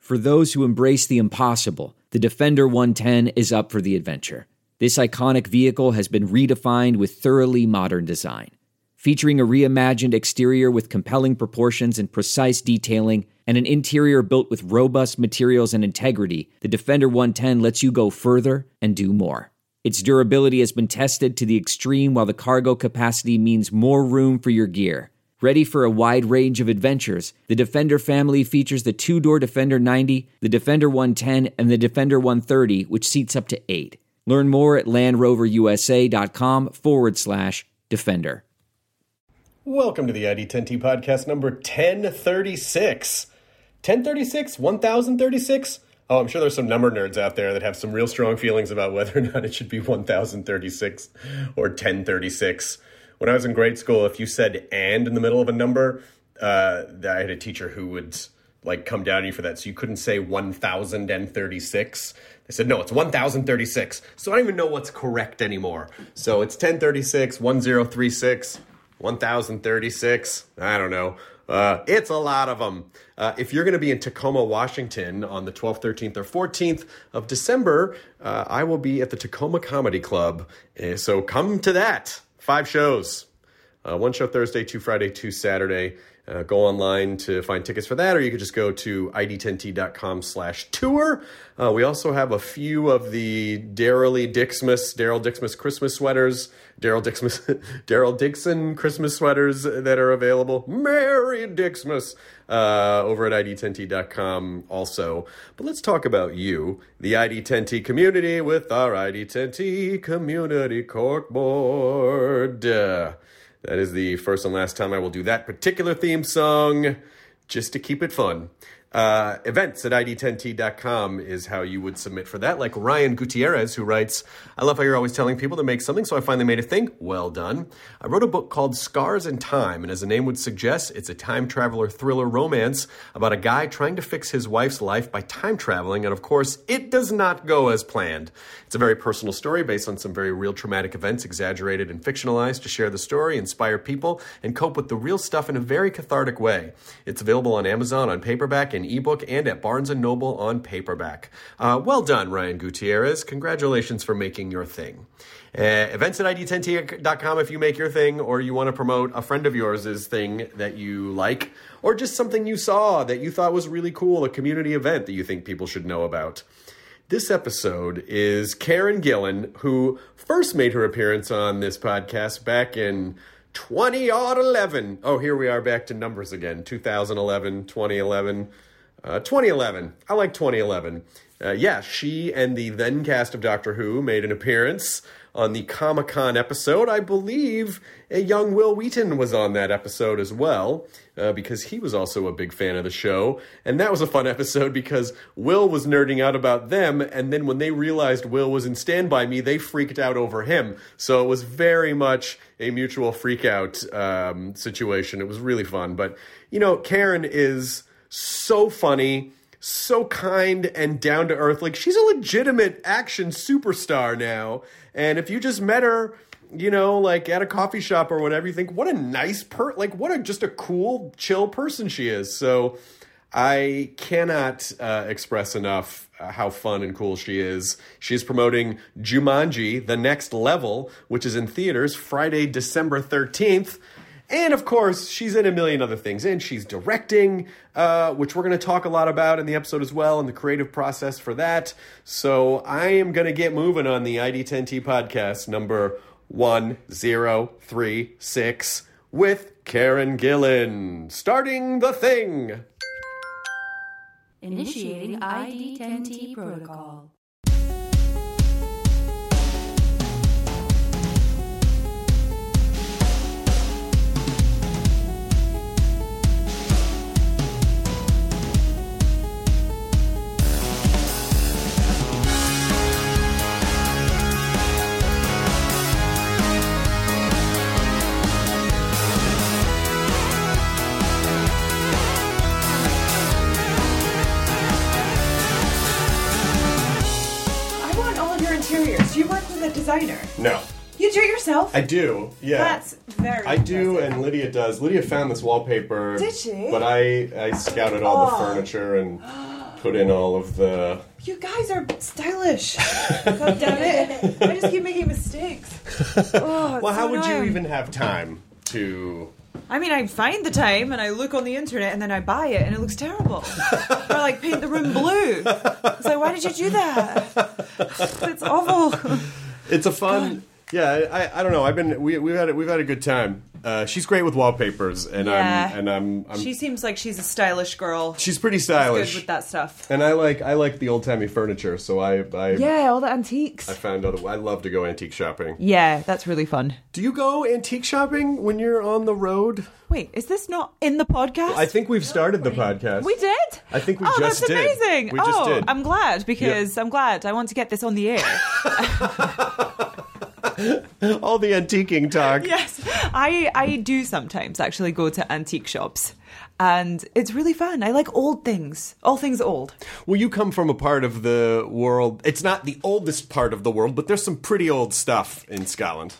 For those who embrace the impossible, the Defender 110 is up for the adventure. This iconic vehicle has been redefined with thoroughly modern design. Featuring a reimagined exterior with compelling proportions and precise detailing, and an interior built with robust materials and integrity, the Defender 110 lets you go further and do more. Its durability has been tested to the extreme, while the cargo capacity means more room for your gear. Ready for a wide range of adventures, the Defender family features the two door Defender 90, the Defender 110, and the Defender 130, which seats up to eight. Learn more at LandRoverUSA.com forward slash Defender. Welcome to the ID10T podcast number 1036. 1036? 1036? Oh, I'm sure there's some number nerds out there that have some real strong feelings about whether or not it should be 1036 or 1036. When I was in grade school, if you said and in the middle of a number, uh, I had a teacher who would like come down on you for that. So you couldn't say 1036. They said, no, it's 1036. So I don't even know what's correct anymore. So it's 1036, 1036. 1036 i don't know uh, it's a lot of them uh, if you're going to be in tacoma washington on the 12th 13th or 14th of december uh, i will be at the tacoma comedy club Uh, so come to that five shows uh, one show thursday two friday two saturday uh, go online to find tickets for that or you could just go to id10t.com slash tour uh, we also have a few of the Darrelly dixmas daryl dixmas christmas sweaters daryl dixmas daryl dixon christmas sweaters that are available merry dixmas uh, over at id10t.com also but let's talk about you the id10t community with our id10t community corkboard Uh, that is the first and last time I will do that particular theme song, just to keep it fun. Uh, events at id10t.com is how you would submit for that. Like Ryan Gutierrez, who writes, I love how you're always telling people to make something, so I finally made a thing. Well done. I wrote a book called Scars and Time, and as the name would suggest, it's a time traveler thriller romance about a guy trying to fix his wife's life by time traveling, and of course, it does not go as planned. It's a very personal story based on some very real traumatic events, exaggerated and fictionalized, to share the story, inspire people, and cope with the real stuff in a very cathartic way. It's available on Amazon on paperback and ebook, and at Barnes and Noble on paperback. Uh, well done, Ryan Gutierrez. Congratulations for making your thing. Uh, events at id10t.com if you make your thing or you want to promote a friend of yours's thing that you like or just something you saw that you thought was really cool, a community event that you think people should know about. This episode is Karen Gillan, who first made her appearance on this podcast back in 20 odd 11. Oh, here we are back to numbers again 2011, 2011, uh, 2011. I like 2011. Uh, yeah, she and the then cast of Doctor Who made an appearance on the Comic Con episode. I believe a young Will Wheaton was on that episode as well, uh, because he was also a big fan of the show. And that was a fun episode because Will was nerding out about them, and then when they realized Will was in Stand By Me, they freaked out over him. So it was very much a mutual freak out um, situation. It was really fun. But, you know, Karen is so funny, so kind and down to earth. Like she's a legitimate action superstar now. And if you just met her, you know, like at a coffee shop or whatever, you think what a nice per like what a just a cool, chill person she is. So I cannot uh, express enough uh, how fun and cool she is. She's promoting Jumanji: The Next Level, which is in theaters Friday, December thirteenth. And of course, she's in a million other things, and she's directing, uh, which we're going to talk a lot about in the episode as well, and the creative process for that. So I am going to get moving on the ID10T podcast number one zero three six with Karen Gillan, starting the thing. Initiating ID10T protocol. interiors. You work with a designer. No. You do it yourself? I do. Yeah. That's very I do, impressive. and Lydia does. Lydia found this wallpaper. Did she? But I, I scouted all Oh. the furniture and put in all of the. You guys are stylish. God damn it. I just keep making mistakes. Oh, it's Well, how so would you annoying. even have time to? I mean, I find the time and I look on the internet and then I buy it and it looks terrible. or like paint the room blue. It's like, why did you do that? It's awful. It's a fun. Yeah, I, I- I don't know. I've been we we've had a- we've had a good time. Uh, she's great with wallpapers, and Yeah. I'm and I'm, I'm She seems like she's a stylish girl. she's pretty good stylish. with that stuff. And I like I like the old timey furniture, so I I, Yeah, all the antiques. I found other. I love to go antique shopping. Yeah, that's really fun. Do you go antique shopping when you're on the road? Wait, is this not in the podcast? I think we've started the podcast. we did. I think we oh, just that's did. amazing. We oh, just did. I'm glad because I'm glad. I want to get this on the air. All the antiquing talk. yes, I I do sometimes actually go to antique shops, and it's really fun. I like old things, all things old. Well, you come from a part of the world. It's not the oldest part of the world, but there's some pretty old stuff in Scotland.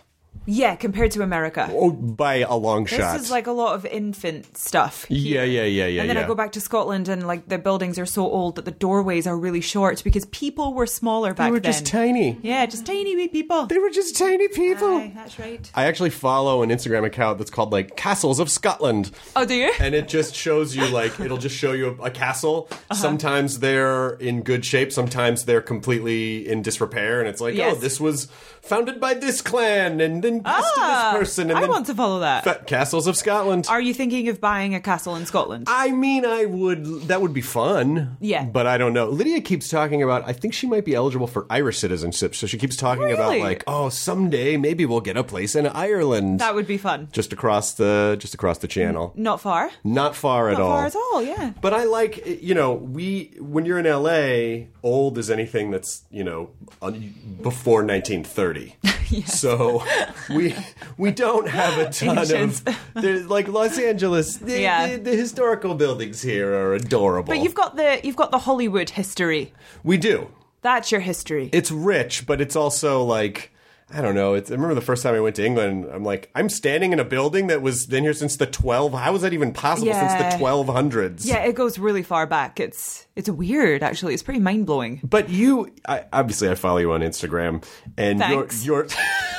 Yeah, compared to America, Oh, by a long this shot. is like a lot of infant stuff. yeah, yeah, yeah, yeah. and then yeah. I go back to Scotland, and like the buildings are so old that the doorways are really short because people were smaller back They then. were just tiny. Yeah, just tiny wee people. They were just tiny people. Aye, that's right. I actually follow an Instagram account that's called like Castles of Scotland. Oh, do you? And it just shows you like it'll just show you a, a castle. Uh-huh. Sometimes they're in good shape, sometimes they're completely in disrepair, and it's like, Yes. oh, this was founded by this clan, and then passed to this person. And Ah, I then want to follow that. fa- Castles of Scotland. Are you thinking of buying a castle in Scotland? I mean, I would. That would be fun. Yeah. But I don't know. Lydia keeps talking about. I think she might be eligible for Irish citizenship. So she keeps talking about Really? like, oh, someday maybe we'll get a place in Ireland. that would be fun. just across the just across the channel. Not far. Not far at Not all. far at all. Yeah. But I like you know we when you're in LA, old is anything that's you know un- before 1930. So we we don't have a ton Ancient. of there's like Los Angeles. The, Yeah. the, the historical buildings here are adorable. But you've got the you've got the Hollywood history. we do. That's your history. It's rich, but it's also like. I don't know. It's, I remember the first time I went to England. I'm like, I'm standing in a building that was been here since the 12. How is that even possible Yeah. since the 1200s? yeah, it goes really far back. It's it's weird actually. It's pretty mind blowing. But you, I, obviously, I follow you on Instagram, and Thanks. your your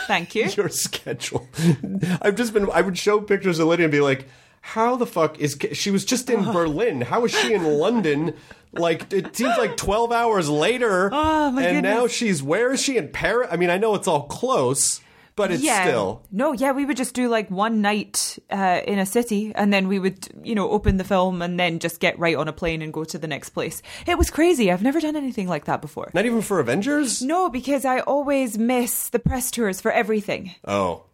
Thank you. your schedule. I've just been. I would show pictures of Lydia and be like, "How the fuck is Ca- she was just in Berlin? How is she in London? Like it seems like twelve hours later, Oh, my and now goodness. she's where is she in Paris? I mean, I know it's all close, but it's yeah. still No, yeah, we would just do like one night uh, in a city and then we would, you know, open the film and then just get right on a plane and go to the next place. It was crazy. I've never done anything like that before. not even for Avengers. No, because I always miss the press tours for everything. Oh,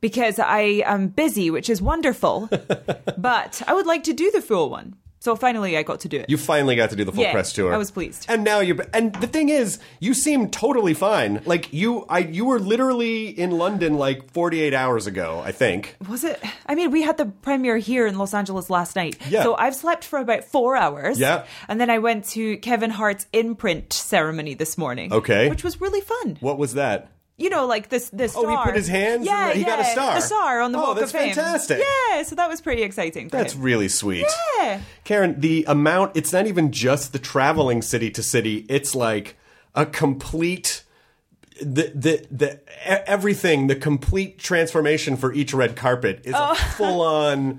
because I am busy, which is wonderful. but I would like to do the full one. So finally, I got to do it. you finally got to do the full Yeah, press tour. I was pleased. And now you're. And the thing is, you seem totally fine. Like you, I, you were literally in London like 48 hours ago, I think. was it? I mean, we had the premiere here in Los Angeles last night. Yeah. So I've slept for about four hours. Yeah. And then I went to Kevin Hart's imprint ceremony this morning. Okay. Which was really fun. What was that? You know, like this. This. Oh, he put his hands in Yeah, the- he yeah. got a star. The star on the Oh, Walk that's of Fame. fantastic. Yeah. So that was pretty exciting. For That's him. really sweet. Yeah. Karen, the amount, it's not even just the traveling city to city, it's like a complete. The, the the e- everything the complete transformation for each red carpet is a full on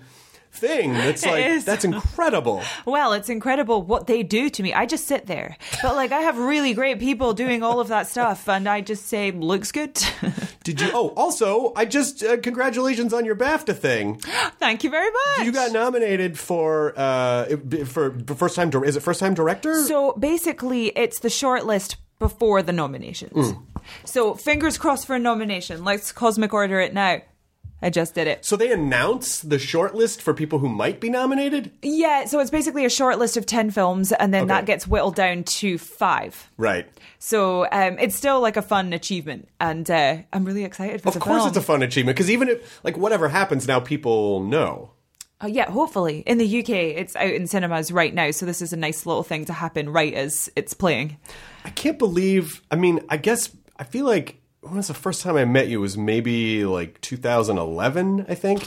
thing that's like Oh. is. that's incredible. Well, it's incredible what they do to me. I just sit there. But like I have really great people doing all of that stuff and I just say looks good. Did you? Oh, also, I just uh, congratulations on your BAFTA thing. Thank you very much. You got nominated for uh it- for first time. dir- Is it first time director? So basically it's the short list before the nominations. Mm. So fingers crossed for a nomination. Let's cosmic order it now. I just did it. So they announce the shortlist for people who might be nominated. Yeah, so it's basically a short list of 10 films and then that gets whittled down to 5. Right. So um, it's still like a fun achievement and uh, I'm really excited for Of the course, film. it's a fun achievement because even if like whatever happens now, people know. Uh, yeah, hopefully. In the UK, it's out in cinemas right now, so this is a nice little thing to happen right as it's playing. I can't believe. I mean, I guess I feel like when was the first time I met you? It was maybe like 2011, I think.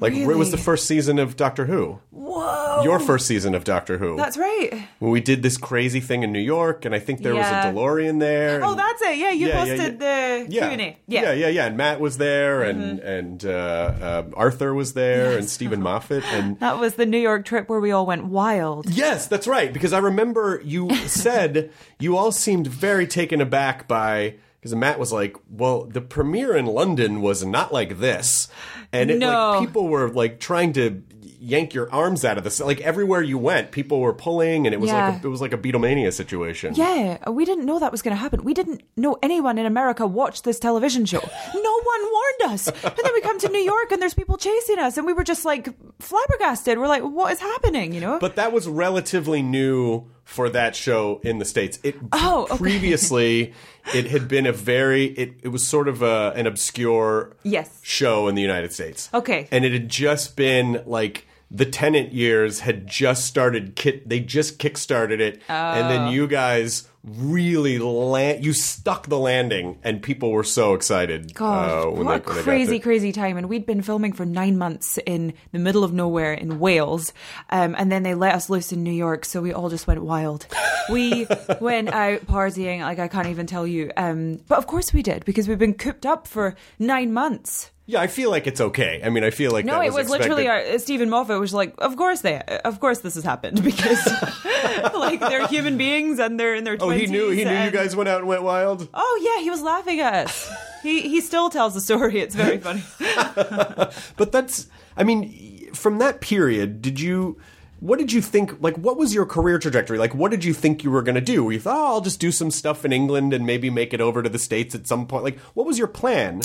Like it was the first season of Doctor Who. Whoa. Your first season of Doctor Who. That's right. when we did this crazy thing in New York, and I think there was Yeah. a DeLorean there. Oh, and- that's it. Yeah, Yeah, you yeah, posted yeah. the yeah. Q and A. Mm-hmm. yeah, yeah, yeah. And Matt was there, and and uh, uh, Arthur was there, and Stephen Moffat, and That was the New York trip where we all went wild. Yes, that's right. Because I remember you said you all seemed very taken aback by because Matt was like, "Well, the premiere in London was not like this," and it, No. like people were like trying to yank your arms out of this. Like everywhere you went, people were pulling, and it was Yeah. like a, it was like a Beatlemania situation. Yeah, uh, we didn't know that was going to happen. We didn't know anyone in America watched this television show. No one warned us. And then we come to New York and there's people chasing us, and we were just like flabbergasted. We're like, what is happening? You know? But that was relatively new for that show in the states. It Oh, okay. previously it had been a very it, it was sort of a, an obscure Yes. show in the United States. Okay. and it had just been like the tenant years had just started kit they just kickstarted it and Oh. then you guys really land you stuck the landing and people were so excited God, uh, when Oh, what they, a when they crazy, got to- crazy time. And we'd been filming for nine months in the middle of nowhere in Wales. Um, and then they let us loose in New York, so we all just went wild. We went out partying, like I can't even tell you. Um, but of course we did, because we've been cooped up for nine months. yeah i feel like it's okay i mean i feel like No, that it was expected. literally our, uh, Stephen Moffat was like, "Of course they, uh, of course this has happened because like they're human beings and they're in their oh he knew he knew you 20s, and- guys went out and went wild Oh yeah, he was laughing at us. he he still tells the story. It's very funny. But that's, I mean, from that period, did you, what did you think, like, what was your career trajectory? Like, what did you think you were going to do? Were you thought, oh, I'll just do some stuff in England and maybe make it over to the States at some point? Like, what was your plan?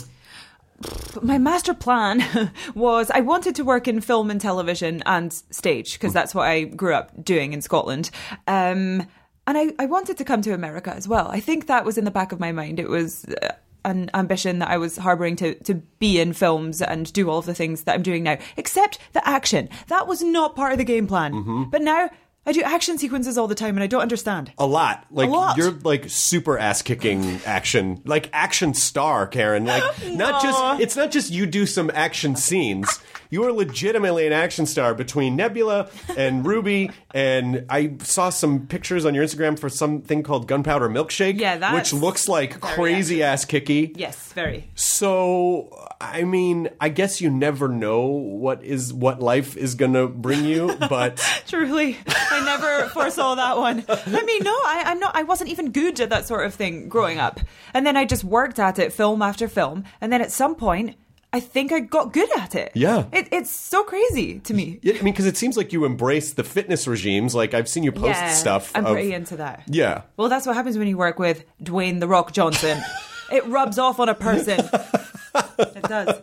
But my master plan was I wanted to work in film and television and stage because that's what I grew up doing in Scotland. Um, and I, I wanted to come to America as well. I think that was in the back of my mind. It was uh, an ambition that I was harboring to, to be in films and do all of the things that I'm doing now, except the action. That was not part of the game plan. But now I do action sequences all the time and I don't understand. A lot. Like, lot. you're like super ass kicking action, like action star, Karen. Like, not just, it's not just you do some action scenes. You are legitimately an action star between Nebula and Ruby, and I saw some pictures on your Instagram for something called Gunpowder Milkshake, Yeah, that's which looks like crazy ass kicky. Yes, very. So, I mean, I guess you never know what is what life is gonna bring you, but Truly, I never foresaw that one. I mean, no, I, I'm not. I wasn't even good at that sort of thing growing up, and then I just worked at it, film after film, and then at some point, I think I got good at it. Yeah. it, it's so crazy to me. Yeah, I mean, because it seems like you embrace the fitness regimes. Like I've seen you post stuff. I'm of- pretty into that. Yeah. Well, that's what happens when you work with Dwayne the Rock Johnson. it rubs off on a person. It does.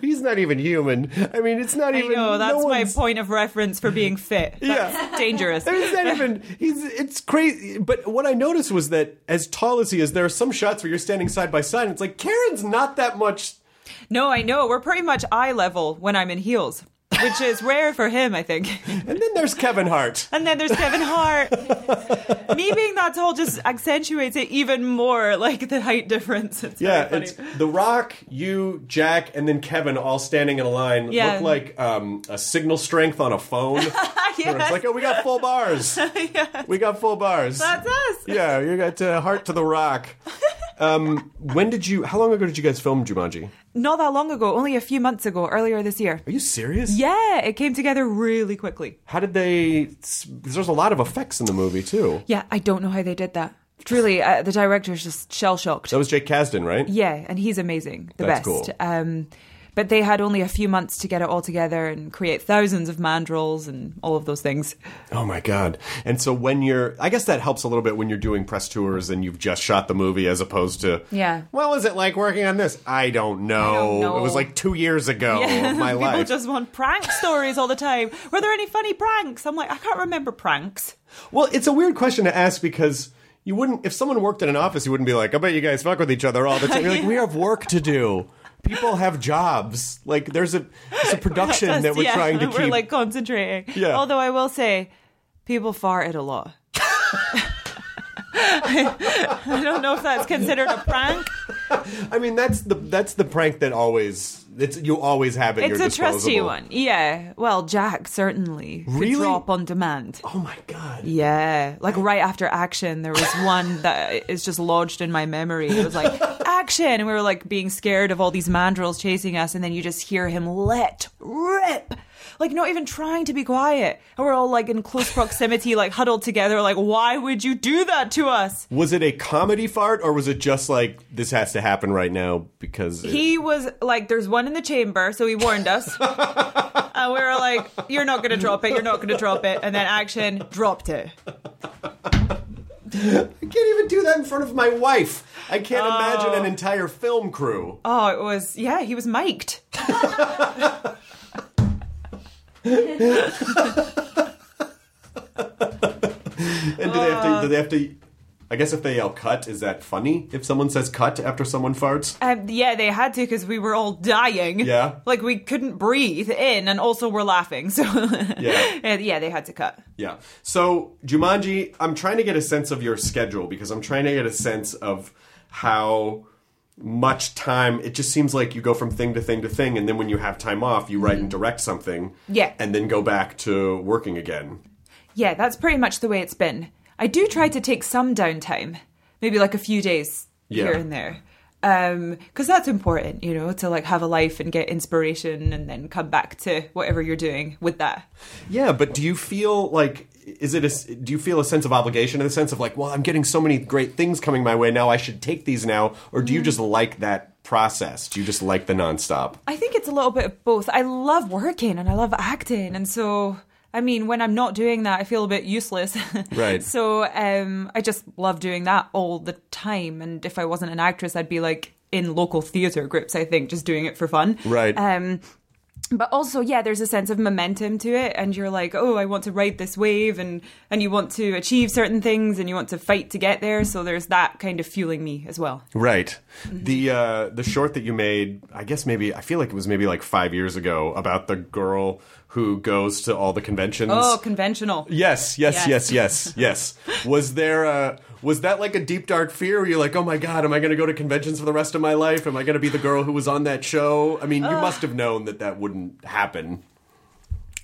He's not even human. I mean, it's not I even. know. That's no my one's- point of reference for being fit. That's Yeah. dangerous. I mean, It's not even. He's. It's crazy. But what I noticed was that as tall as he is, there are some shots where you're standing side by side, and it's like Karen's not that much. No, I know. We're pretty much eye level when I'm in heels, which is rare for him, I think. And then there's Kevin Hart. And then there's Kevin Hart. Me being that tall just accentuates it even more, like the height difference. It's Yeah, very it's funny. The Rock, you, Jack, and then Kevin all standing in a line. Yeah. Look like um, a signal strength on a phone. Yes. It's like, oh, we got full bars. We got full bars. That's us. Yeah, you got uh, Heart to the Rock. Um, when did you? How long ago did you guys film Jumanji? Not that long ago, only a few months ago, earlier this year. Are you serious? Yeah, it came together really quickly. How did they? Because there's a lot of effects in the movie too. Yeah, I don't know how they did that. Truly, uh, the director's just shell shocked. That was Jake Kasdan, right? Yeah, and he's amazing, the That's best. cool. Um, but they had only a few months to get it all together and create thousands of mandrels and all of those things. Oh my god! And so when you're, I guess that helps a little bit when you're doing press tours and you've just shot the movie, as opposed to Yeah. What was it like working on this? I don't know. know. It was like two years ago of my People life. just want prank stories all the time. Were there any funny pranks? I'm like, I can't remember pranks. Well, it's a weird question to ask because you wouldn't, if someone worked in an office, you wouldn't be like, I bet you guys fuck with each other all the time. You're like, we have work to do. People have jobs. Like, there's a, it's a production Just- that we're yeah, trying to We're keep. like concentrating. Yeah. Although I will say, people farted a lot. I don't know if that's considered a prank. I mean, that's the that's the prank that always it's you always have at It's your a trusty disposable. one. Yeah. Well, Jack certainly could Really? drop on demand. Oh my god. Yeah, like right after action, there was one that is just lodged in my memory. It was like action, and we were like being scared of all these mandrels chasing us, and then you just hear him let rip, like not even trying to be quiet, and we're all like in close proximity, like huddled together, like why would you do that to us? Was it a comedy fart or was it just like this has to happen right now because it- He was like, "There's one in the chamber," so he warned us, and we were like, "You're not gonna drop it, you're not gonna drop it," and then action dropped it. I can't even do that in front of my wife. I can't imagine an entire film crew. Oh, it was yeah, he was mic'd. and do they have to? Do they have to? I guess if they yell "cut," is that funny? If someone says "cut" after someone farts, Um, yeah, they had to because we were all dying. Yeah. Like we couldn't breathe in and also we're laughing. So Yeah. Uh, yeah, they had to cut. yeah. So Jumanji, I'm trying to get a sense of your schedule because I'm trying to get a sense of how much time it just seems like you go from thing to thing to thing and then when you have time off you write and direct something Yeah. and then go back to working again Yeah, that's pretty much the way it's been. I do try to take some downtime, maybe like a few days Yeah. here and there. Um, cause that's important, you know, to like have a life and get inspiration and then come back to whatever you're doing with that. Yeah, but do you feel like is it a, do you feel a sense of obligation in the sense of like, well, I'm getting so many great things coming my way now, I should take these now, or do you just like that process? Do you just like the nonstop? I think it's a little bit of both. I love working and I love acting, and so I mean, when I'm not doing that, I feel a bit useless. Right. so um, I just love doing that all the time. And if I wasn't an actress, I'd be like in local theatre groups. I think just doing it for fun. Right. Um, but also, yeah, there's a sense of momentum to it, and you're like, oh, I want to ride this wave, and and you want to achieve certain things, and you want to fight to get there. So there's that kind of fueling me as well. Right. The uh, the short that you made, I guess maybe I feel like it was maybe like five years ago about the girl who goes to all the conventions. Oh, conventional. Yes, yes, yes, Yes. yes, yes. Was there a was that like a deep dark fear where you're like, oh my god, am I going to go to conventions for the rest of my life? Am I going to be the girl who was on that show? I mean, you must have known that that wouldn't happen.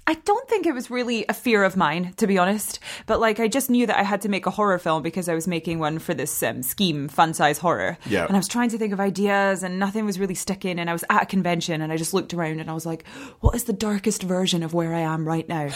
I don't think it was really a fear of mine, to be honest. But like, I just knew that I had to make a horror film because I was making one for this um, scheme, fun size horror. Yeah. And I was trying to think of ideas, and nothing was really sticking. And I was at a convention, and I just looked around, and I was like, "What is the darkest version of where I am right now?"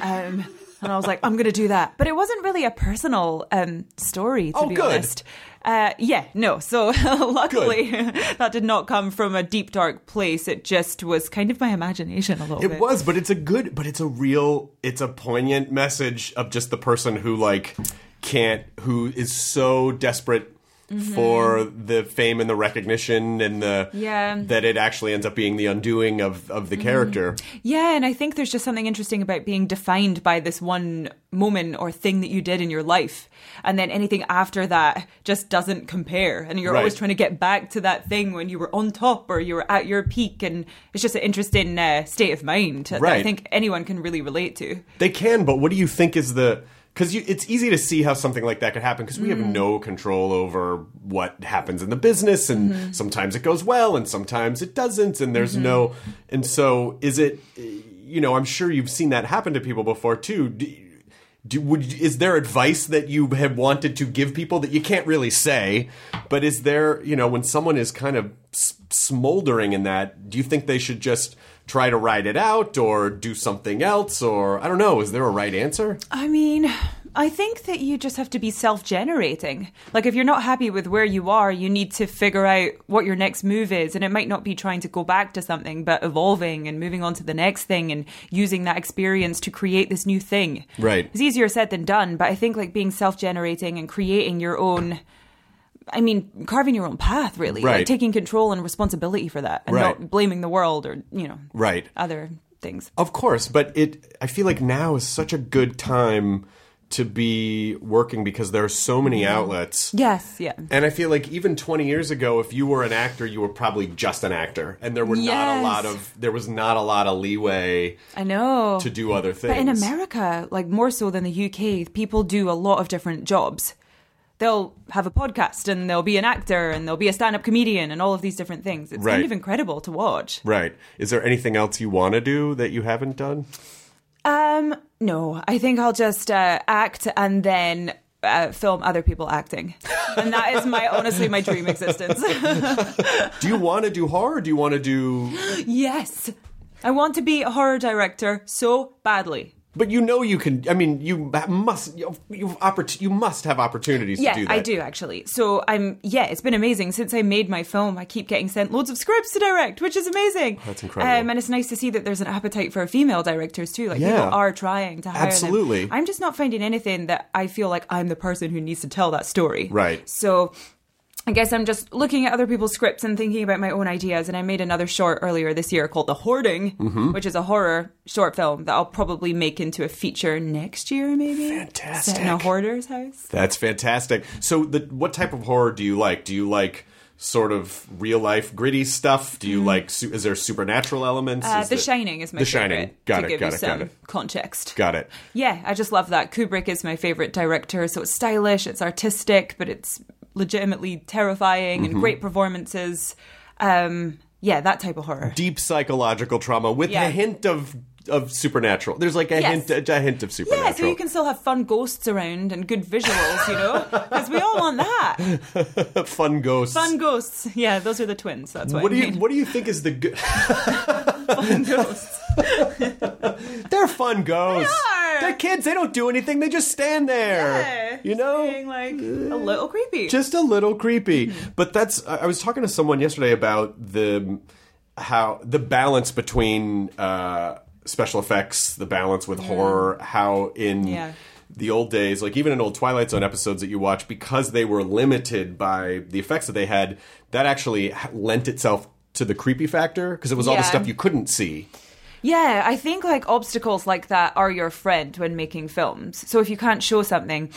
um, and I was like, "I'm going to do that." But it wasn't really a personal um, story, to Oh, be good. honest. Uh, yeah, no. So luckily, that did not come from a deep dark place. It just was kind of my imagination a little bit. It was, but it's a good, but it's a real, it's a poignant message of just the person who like can't, who is so desperate. Mm-hmm. For the fame and the recognition and the Yeah. Mm-hmm. that it actually ends up being the undoing of of the character. Yeah, and I think there's just something interesting about being defined by this one moment or thing that you did in your life. And then anything after that just doesn't compare. And you're Right. always trying to get back to that thing when you were on top or you were at your peak. And it's just an interesting uh, state of mind that Right. I think anyone can really relate to. They can, but what do you think is the? Because it's easy to see how something like that could happen because we have no control over what happens in the business, and sometimes it goes well, and sometimes it doesn't, and there's no. And so, is it? You know, I'm sure you've seen that happen to people before too. Do, do, would is there advice that you have wanted to give people that you can't really say? But is there, you know, when someone is kind of s- smoldering in that, do you think they should just try to ride it out or do something else? Or I don't know, is there a right answer? I mean, I think that you just have to be self generating. Like, if you're not happy with where you are, you need to figure out what your next move is. And it might not be trying to go back to something, but evolving and moving on to the next thing and using that experience to create this new thing. Right. It's easier said than done, but I think like being self generating and creating your own. I mean, carving your own path, really. Right. Like taking control and responsibility for that and Right. not blaming the world or, you know, Right. other things. Of course, but it I feel like now is such a good time to be working because there are so many outlets. Yes, yeah. And I feel like even 20 years ago, if you were an actor, you were probably just an actor, and there were not a Yes. lot of there was not a lot of leeway I know. to do other things. But in America, like more so than the UK, people do a lot of different jobs. they'll have a podcast and they'll be an actor and they'll be a stand-up comedian and all of these different things. It's kind Right. of incredible to watch. Right. Is there anything else you want to do that you haven't done? Um, no, I think I'll just uh, act and then uh, film other people acting, and that is my honestly my dream existence. Do you want to do horror? Or do you want to do? yes, I want to be a horror director so badly. But you know you can. I mean, you ha- must. You you've oppor- You must have opportunities Yeah, to do that. I do actually. So I'm yeah, it's been amazing since I made my film. I keep getting sent loads of scripts to direct, which is amazing. That's incredible. Um, and it's nice to see that there's an appetite for female directors too. Like Yeah. people are trying to hire them. Absolutely. I'm just not finding anything that I feel like I'm the person who needs to tell that story. Right. So I guess I'm just looking at other people's scripts and thinking about my own ideas. And I made another short earlier this year called The Hoarding, Mm-hmm. which is a horror short film that I'll probably make into a feature next year, maybe. Set in a Fantastic. hoarder's house. That's fantastic. So, the what type of horror do you like? Do you like sort of real life gritty stuff? Do you like? Su- is there supernatural elements? Mm-hmm. Uh, Is the there- Shining is my The favorite. Shining. Got to it, Give got you it, some got it. Context. Got it. yeah, I just love that. Kubrick is my favorite director. So it's stylish, it's artistic, but it's legitimately terrifying Mm-hmm. and great performances. Um, yeah, that type of horror. Deep psychological trauma with Yeah. a hint of of supernatural. There's like a Yes. hint a, hint of supernatural. yeah, so you can still have fun ghosts around and good visuals, you know, because we all want that. fun ghosts. Fun ghosts. Yeah, those are the twins. That's what, what I do you mean. What do you think is the? Go- Fun ghosts. They're fun ghosts. They are. are kids. They don't do anything. They just stand there. Yeah, you know, being like a little creepy. Mm-hmm. just a little creepy. But that's I I was talking to someone yesterday about the how the balance between uh, special effects, the balance with horror, how in Yeah. the old days, like even in old Twilight Zone episodes that you watch, because they were limited by the effects that they had, that actually h- lent itself to the creepy factor because it was all the Yeah. stuff you couldn't see. Yeah, I think like obstacles like that are your friend when making films. So if you can't show something,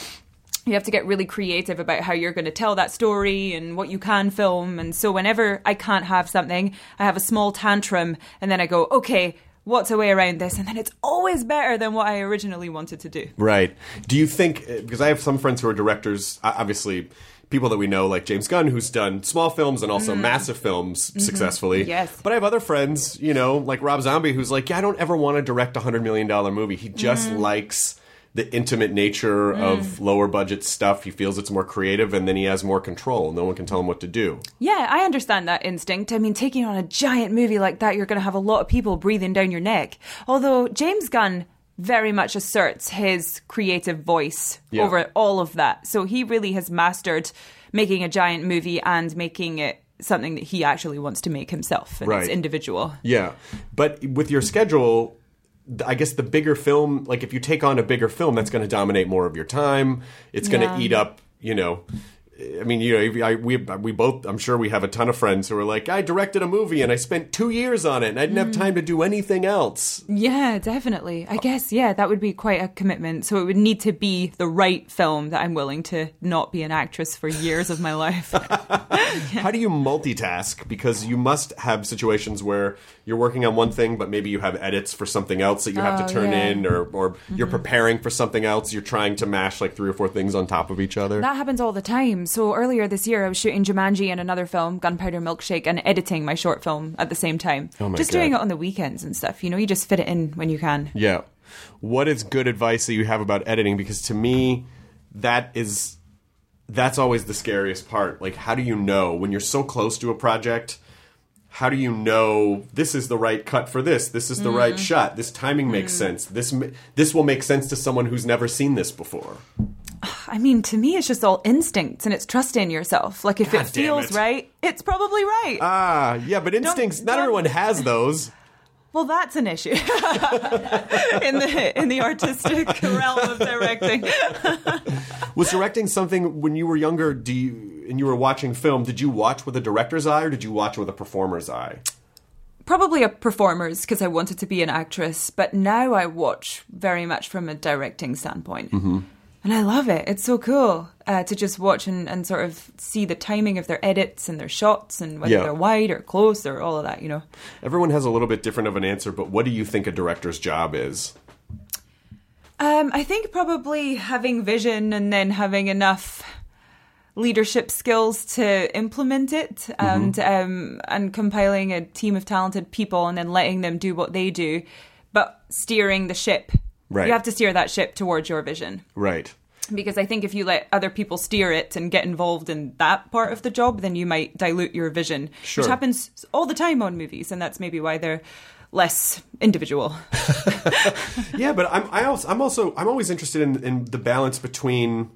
you have to get really creative about how you're going to tell that story and what you can film. And so whenever I can't have something, I have a small tantrum and then I go, okay, what's a way around this? And then it's always better than what I originally wanted to do. Right. Do you think because I have some friends who are directors, o- obviously people that we know like James Gunn who's done small films and also massive films successfully. Yes. But I have other friends, you know, like Rob Zombie who's like, "Yeah, I don't ever want to direct a 100 million dollar movie. He just likes the intimate nature of lower budget stuff. He feels it's more creative and then he has more control. No one can tell him what to do." Yeah, I understand that instinct. I mean, taking on a giant movie like that, you're going to have a lot of people breathing down your neck. Although James Gunn very much asserts his creative voice Yeah. over all of that. So he really has mastered making a giant movie and making it something that he actually wants to make himself and Right. it's individual. Yeah, but with your schedule, th- I guess the bigger film, like if you take on a bigger film, that's going to dominate more of your time. It's going to Yeah. eat up, you know. I mean, you know, if I, we we both. I'm sure we have a ton of friends who are like, I directed a movie and I spent two years on it and I didn't Mm. have time to do anything else. Yeah, definitely. I guess yeah, that would be quite a commitment. So it would need to be the right film that I'm willing to not be an actress for years of my life. How do you multitask? Because you must have situations where you're working on one thing, but maybe you have edits for something else that you have Oh, to turn yeah. Mm-hmm. in, or or you're preparing for something else. You're trying to mash like three or four things on top of each other. That happens all the time. So earlier this year, I was shooting Jumanji and another film, Gunpowder Milkshake, and editing my short film at the same time. Oh my just God. doing it on the weekends and stuff. You know, you just fit it in when you can. Yeah. What is good advice that you have about editing? Because to me, that is that's always the scariest part. Like, how do you know when you're so close to a project? How do you know this is the right cut for this? This is the Mm. right shot. This timing makes sense. This ma- this will make sense to someone who's never seen this before. I mean, to me, it's just all instincts and it's trusting yourself. Like if God it damn feels it. right, it's probably right. Ah, yeah, but instincts. not don't- everyone has those. well, that's an issue in the in the artistic realm of directing. Was directing something when you were younger? Do you and you were watching film? Did you watch with a director's eye or did you watch with a performer's eye? probably a performer's because I wanted to be an actress, but now I watch very much from a directing standpoint. And I love it. It's so cool uh, to just watch and, and sort of see the timing of their edits and their shots and whether Yeah. they're wide or close or all of that, you know. Everyone has a little bit different of an answer, but what do you think a director's job is? Um, I think probably having vision and then having enough leadership skills to implement it Mm-hmm. and um, and compiling a team of talented people and then letting them do what they do, but steering the ship. Right. You have to steer that ship towards your vision Right. because I think if you let other people steer it and get involved in that part of the job, then you might dilute your vision, Sure. which happens all the time on movies, and that's maybe why they're less individual. Yeah, but I'm I also I'm also I'm always interested in, in the balance between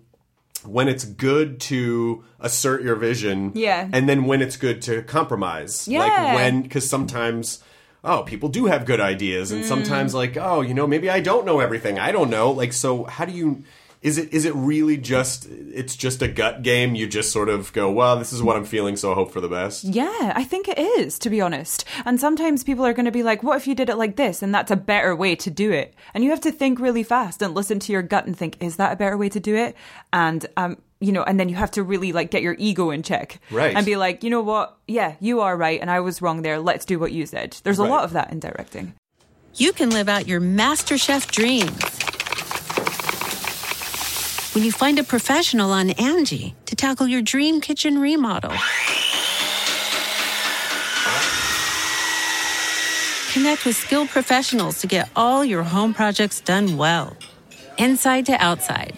when it's good to assert your vision, Yeah. and then when it's good to compromise. like Yeah. when because sometimes. Oh, people do have good ideas, and Mm. sometimes like, oh, you know, maybe I don't know everything. I don't know. Like, so how do you? Is it is it really just? It's just a gut game. You just sort of go, well, this is what I'm feeling, so I hope for the best. yeah, I think it is, to be honest. And sometimes people are going to be like, "What if you did it like this?" And that's a better way to do it. And you have to think really fast and listen to your gut and think, "Is that a better way to do it?" And um. You know, and then you have to really like get your ego in check, Right. And be like, you know what? Yeah, you are right, and I was wrong there. Let's do what you said. There's a Right. lot of that in directing. you can live out your MasterChef dreams when you find a professional on Angie to tackle your dream kitchen remodel. Connect with skilled professionals to get all your home projects done well. Inside to outside,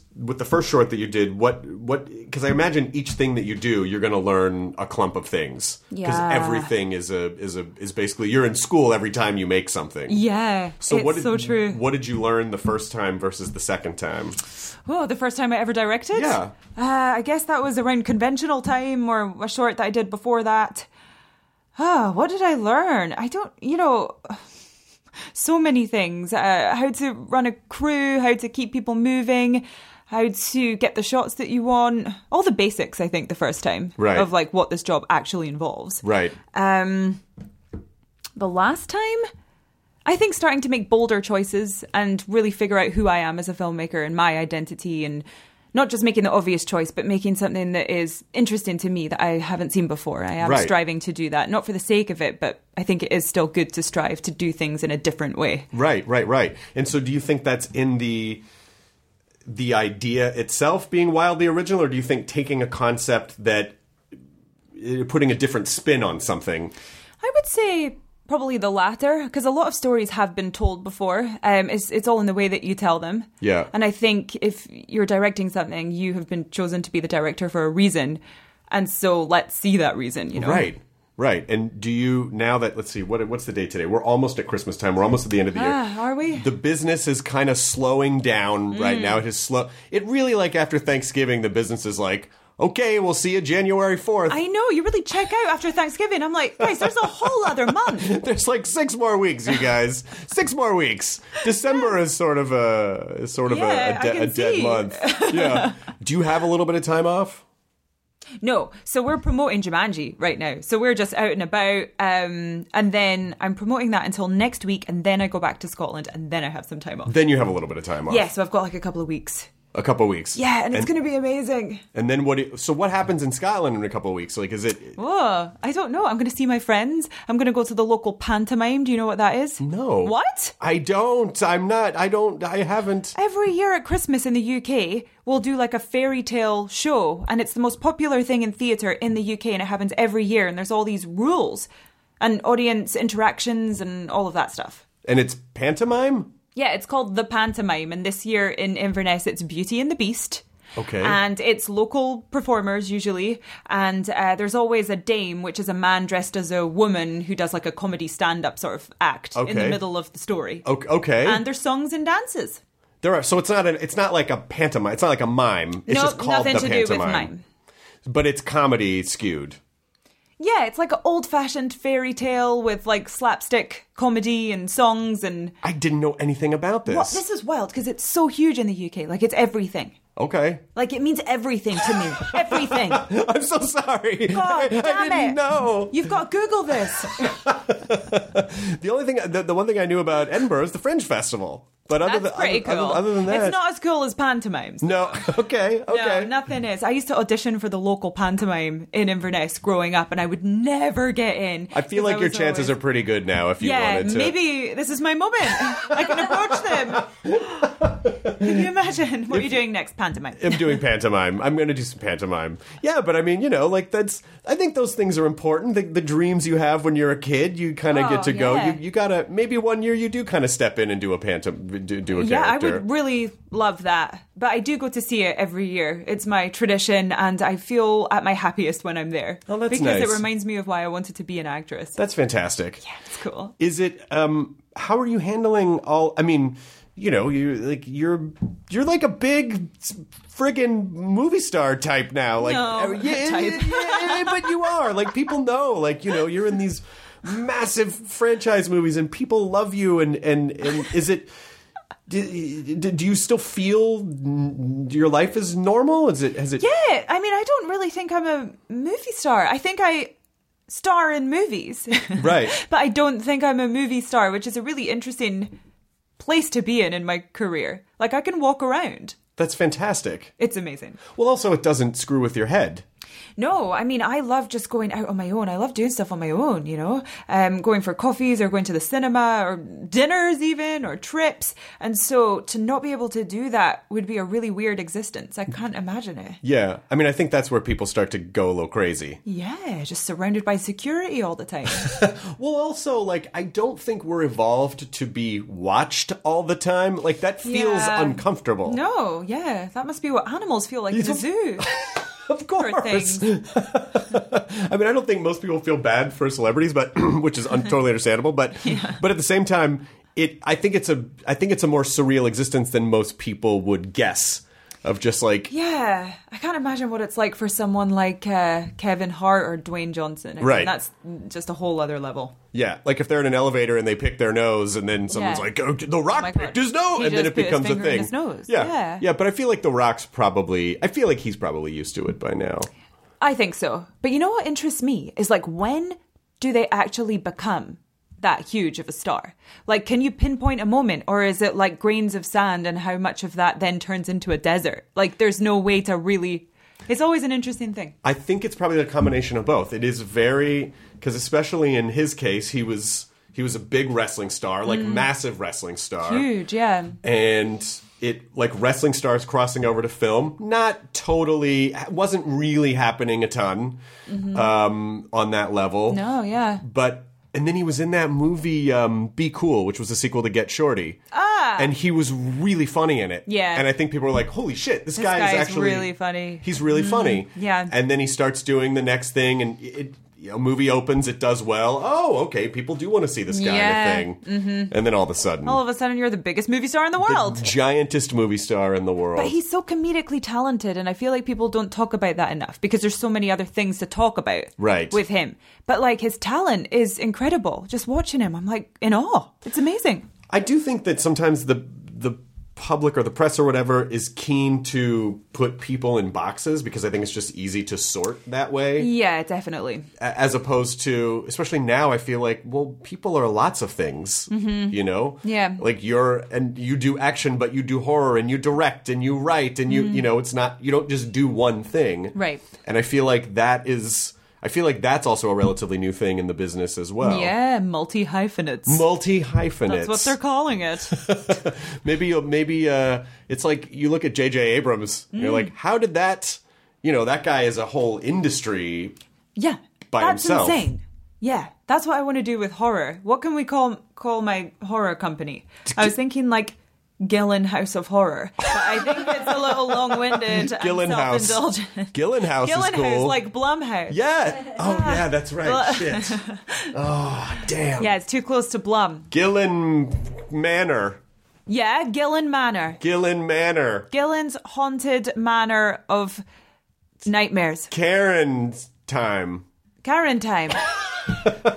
with the first short that you did, what what because I imagine each thing that you do, you're going to learn a clump of things because Yeah. everything is a is a is basically you're in school every time you make something. Yeah. So it's what did, so true. What did you learn the first time versus the second time? Oh, the first time I ever directed? Yeah. Uh, I guess that was around conventional time or a short that I did before that. Ah, what did I learn? I don't, you know, so many things. Uh, how to run a crew, how to keep people moving, how to get the shots that you want. All the basics, I think, the first time. Right. Of like what this job actually involves. Right. Um, the last time, I think starting to make bolder choices and really figure out who I am as a filmmaker and my identity, and not just making the obvious choice, but making something that is interesting to me that I haven't seen before. I am Right. striving to do that, not for the sake of it, but I think it is still good to strive to do things in a different way. Right, right, right. And so do you think that's in the the idea itself being wildly original or do you think taking a concept that eh, putting a different spin on something I would say probably the latter because a lot of stories have been told before. Um, it's it's all in the way that you tell them. Yeah. And I think if you're directing something, you have been chosen to be the director for a reason, and so let's see that reason. You know. Right. Right. And do you now that let's see what what's the date today? We're almost at Christmas time. We're almost at the end of the Ah, year. are we? Mm. The business is kind of slowing down right now. It is slow. It really like after Thanksgiving the business is like, "Okay, we'll see you January 4th." I know you really check out after Thanksgiving. I'm like, guys, there's a whole other month. There's like 6 more weeks, you guys. 6 more weeks. December is sort of a is sort of a- Yeah, a, I de- can a dead see. month. Yeah. do you have a little bit of time off? No, so we're promoting Jumanji right now. So we're just out and about, um, and then I'm promoting that until next week, and then I go back to Scotland, and then I have some time off. Then you have a little bit of time off. Yeah, so I've got like a couple of weeks. A couple weeks. Yeah, and it's going to be amazing. And then what do- so what happens in Scotland in a couple weeks? Like is it Oh, I don't know. I'm going to see my friends. I'm going to go to the local pantomime. Do you know what that is? No. What? I don't. I'm not. I don't. I haven't. Every year at Christmas in the UK, we'll do like a fairy tale show, and it's the most popular thing in theatre in the UK, and it happens every year, and there's all these rules and audience interactions and all of that stuff. And it's pantomime? Yeah, it's called The Pantomime, and this year in Inverness, it's Beauty and the Beast. Okay. And it's local performers usually, and uh, there's always a dame, which is a man dressed as a woman who does like a comedy stand up sort of act in Okay. the middle of the story. O- okay. And there's songs and dances. there are. So it's not. An, it's not like a pantomime. It's not like a mime. It's no, just called nothing the to pantomime. do with mime. But it's comedy skewed. Yeah, it's like an old fashioned fairy tale with like slapstick comedy and songs and. I didn't know anything about this. What? This is wild because it's so huge in the UK. Like, it's everything. okay. Like, it means everything to me. everything. I'm so sorry. I, I God damn didn't it. know. You've got to Google this. The only thing, the, the one thing I knew about Edinburgh is the Fringe Festival. But other That's than pretty other, cool. other, other than that, it's not as cool as pantomimes. no. Okay, okay. No, nothing is. I used to audition for the local pantomime in Inverness growing up, and I would never get in. I feel 'cause like your was chances always- are pretty good now if you Yeah, wanted to. maybe this is my moment. I can approach them. can you imagine what you're doing next? Pantomime. I'm doing pantomime. I'm going to do some pantomime. Yeah, but I mean, you know, like that's. I think those things are important. The, the dreams you have when you're a kid, you kind of Oh, get to go. yeah. You, you gotta maybe one year you do kind of step in and do a pantom do, do a yeah, I character. would really love that. But I do go to see it every year. It's my tradition, and I feel at my happiest when I'm there. Oh, that's because nice. it reminds me of why I wanted to be an actress. That's fantastic. That's cool. Is it? Um, how are you handling all? I mean, you know, you like you're you're like a big s- friggin' movie star type now. Like, No, yeah, type. yeah, yeah, but you are. Like, people know. Like, you know, you're in these massive franchise movies, and people love you. And and and is it? Do, do do you still feel n- your life is normal? Is it? Has it? Yeah, I mean, I don't really think I'm a movie star. I think I star in movies. Right. but I don't think I'm a movie star, which is a really interesting place to be in in my career. Like, I can walk around. That's fantastic. It's amazing. Well, also, it doesn't screw with your head. No, I mean, I love just going out on my own. I love doing stuff on my own, you know, um, going for coffees or going to the cinema or dinners, even, or trips. And so to not be able to do that would be a really weird existence. I can't imagine it. Yeah, I mean, I think that's where people start to go a little crazy. Yeah, just surrounded by security all the time. Well, also, like, I don't think we're evolved to be watched all the time. Like, that feels Yeah. uncomfortable. No, yeah, that must be what animals feel like at the don't- zoo. of Or course. things. I mean, I don't think most people feel bad for celebrities, but which is un- totally understandable. But but at the same time, it I think it's a I think it's a more surreal existence than most people would guess. Of just like Yeah, I can't imagine what it's like for someone like uh, Kevin Hart or Dwayne Johnson. I mean, Right. that's just a whole other level. Yeah, like if they're in an elevator and they pick their nose, and then someone's Yeah. like, oh, "The Rock my God. picked his nose," He and then just it put his becomes a finger in thing. his nose. Yeah. Yeah. But I feel like The Rock's probably. I feel like he's probably used to it by now. I think so. But you know what interests me is like when do they actually become that huge of a star? Like, can you pinpoint a moment, or is it like grains of sand and how much of that then turns into a desert? Like, there's no way to really. It's always an interesting thing. I think it's probably a combination of both. It is very because, especially in his case, he was he was a big wrestling star, like massive wrestling star, Mm. Huge, yeah. and it like wrestling stars crossing over to film not totally wasn't really happening a ton Mm-hmm. um, on that level No, Oh, yeah. but and then he was in that movie um, Be Cool, which was the sequel to Get Shorty. Ah. And he was really funny in it. Yeah. And I think people were like, "Holy shit, this, guy, guy is is actually really funny. Mm-hmm. He's really funny." yeah. And then he starts doing the next thing, and it, a movie opens, it does well. Oh, okay, people do want to see this guy Yeah. in a thing. Mm-hmm. And then all of a sudden, All of a sudden, you're the biggest movie star in the world. giantest movie star in the world. But he's so comedically talented, and I feel like people don't talk about that enough because there's so many other things to talk about Right. with him. But like his talent is incredible. Just watching him, I'm like in awe. It's amazing. I do think that sometimes the the public or the press or whatever is keen to put people in boxes because I think it's just easy to sort that way. Yeah, definitely. A- as opposed to especially now i feel like well people are lots of things you know Mm-hmm. Yeah. like you're and you do action but you do horror and you direct and you write and you you know it's not you don't just do one thing Mm-hmm. Right. and i feel like that is i feel like that's also a relatively new thing in the business as well Yeah, multi hyphenates. multi hyphenates That's what they're calling it. maybe you'll- maybe uh, it's like you look at jj abrams and Mm. you're like how did that you know that guy is a whole industry Yeah, By that's himself. insane. Yeah, that's what I want to do with horror. What can we call call my horror company? I was thinking like Gillen House of Horror, but I think it's a little long winded. Gillen and House. self-indulgent. Gillen House is Gillen House, cool. like Blumhouse. yeah oh yeah that's right shit oh damn Yeah, it's too close to Blum. Gillen Manor. Yeah, Gillen Manor. Gillen Manor. Gillen's haunted manor of nightmares. Karen's time. Karen time.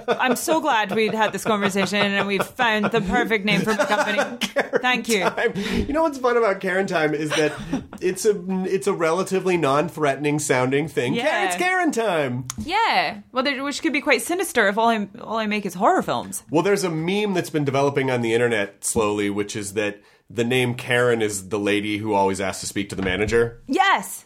I'm so glad we'd had this conversation and we've found the perfect name for my company. Thank you. time. You know what's fun about Karen time is that it's a it's a relatively non-threatening sounding thing. Yeah. Yeah, it's Karen time. Yeah. Well, there, which could be quite sinister if all I all I make is horror films. Well, there's a meme that's been developing on the internet slowly, which is that the name Karen is the lady who always asks to speak to the manager. Yes.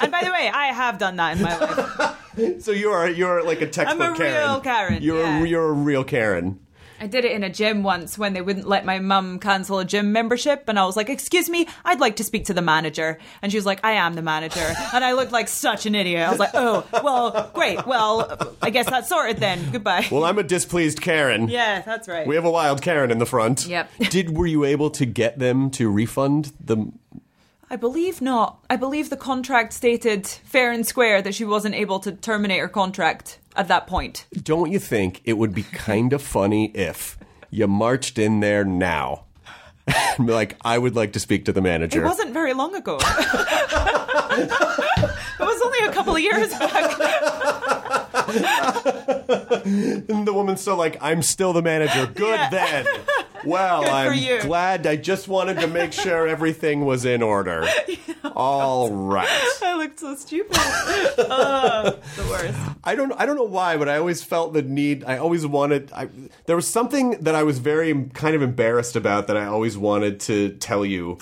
and by the way, I have done that in my life. So you are you're like a textbook I'm a Karen. real Karen, You're yeah. a, you're a real Karen. I did it in a gym once when they wouldn't let my mum cancel a gym membership, and I was like, "Excuse me, I'd like to speak to the manager." And she was like, "I am the manager," and I looked like such an idiot. I was like, "Oh, well, great. Well, I guess that's sorted then. Goodbye." Well, I'm a displeased Karen. yeah, that's right. We have a wild Karen in the front. Yep. Did were you able to get them to refund the I believe not. I believe the contract stated fair and square that she wasn't able to terminate her contract at that point. don't you think it would be kind of funny if you marched in there now and be like, I would like to speak to the manager? It wasn't very long ago. it was only a couple of years back. And the woman's still like, I'm still the manager. Good Yeah. then. Well, for you. I'm glad. I just wanted to make sure everything was in order. All right. I looked so stupid. Oh, the worst. I don't I don't know why, but I always felt the need. I always wanted. I, there was something that I was very kind of embarrassed about that I always wanted to tell you.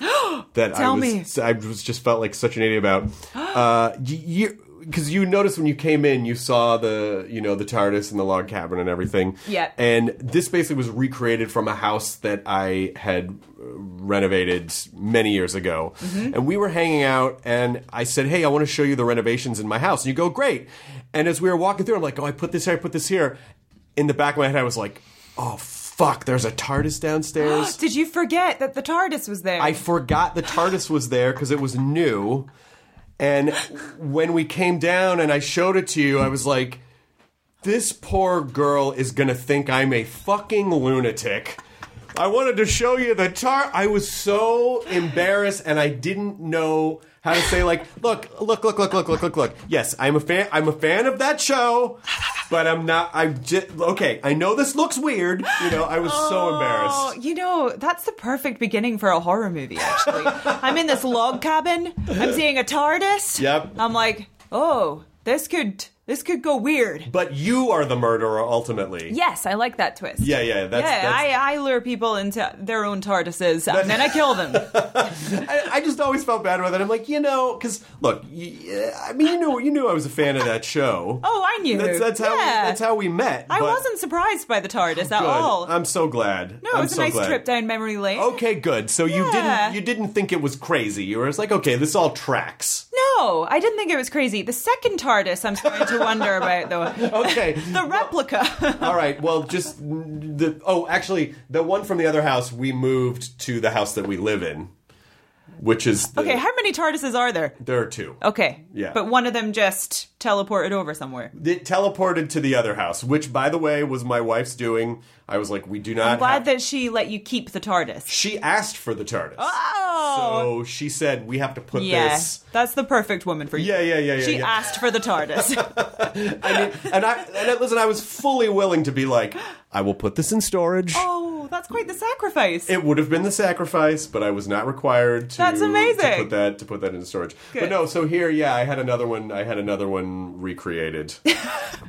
that Tell I me. was I was just felt like such an idiot about. Uh, y- you. Because you noticed when you came in, you saw the you know the TARDIS and the log cabin and everything. Yeah. And this basically was recreated from a house that I had uh, renovated many years ago. And we were hanging out, and I said, "Hey, I want to show you the renovations in my house." And you go, "Great!" And as we were walking through, I'm like, "Oh, I put this here, I put this here." In the back of my head, I was like, "Oh fuck, there's a TARDIS downstairs." Did you forget that the TARDIS was there? I forgot the TARDIS was there because it was new. And when we came down and I showed it to you, I was like, this poor girl is going to think I'm a fucking lunatic. I wanted to show you the tar. I was so embarrassed and I didn't know how to say like, look, look, look, look, look, look, look, look. Yes, I'm a fan. I'm a fan of that show, but I'm not. I'm just okay. I know this looks weird. You know, I was so embarrassed. Oh, you know, that's the perfect beginning for a horror movie, actually. I'm in this log cabin. I'm seeing a TARDIS. Yep. I'm like, oh, this could this could go weird. But you are the murderer ultimately. Yes, I like that twist. Yeah, yeah, that's- yeah. that's- I, I lure people into their own TARDISes and then I kill them. I, I just always felt bad about it. I'm like, you know, because look, y- yeah, I mean, you knew, you knew I was a fan of that show. Oh, I knew. That's, that's how Yeah. we, that's how we met. I but wasn't surprised by the TARDIS at good. all. I'm so glad. no, it I'm was so a nice glad. trip down memory lane. Okay, good. So you Yeah. didn't you didn't think it was crazy. You were just like, okay, this all tracks. No, I didn't think it was crazy. The second TARDIS, I'm starting to wonder about though. Okay. The replica. all right. Well, just the oh, actually, the one from the other house we moved to the house that we live in, which is the, okay, how many TARDISes are there? There are two. Okay. Yeah. But one of them just teleported over somewhere. It teleported to the other house, which, by the way, was my wife's doing. I was like, we do not. I'm glad have- that she let you keep the TARDIS. she asked for the TARDIS. Oh. So she said, we have to put Yes. this. That's the perfect woman for you. Yeah, yeah, yeah, yeah. She yeah. asked for the TARDIS. I mean, and I and I, listen, I was fully willing to be like, I will put this in storage. oh, that's quite the sacrifice. It would have been the sacrifice, but I was not required to. That's amazing. To put that to put that in storage. Good. But no, so here, yeah, I had another one. I had another one recreated.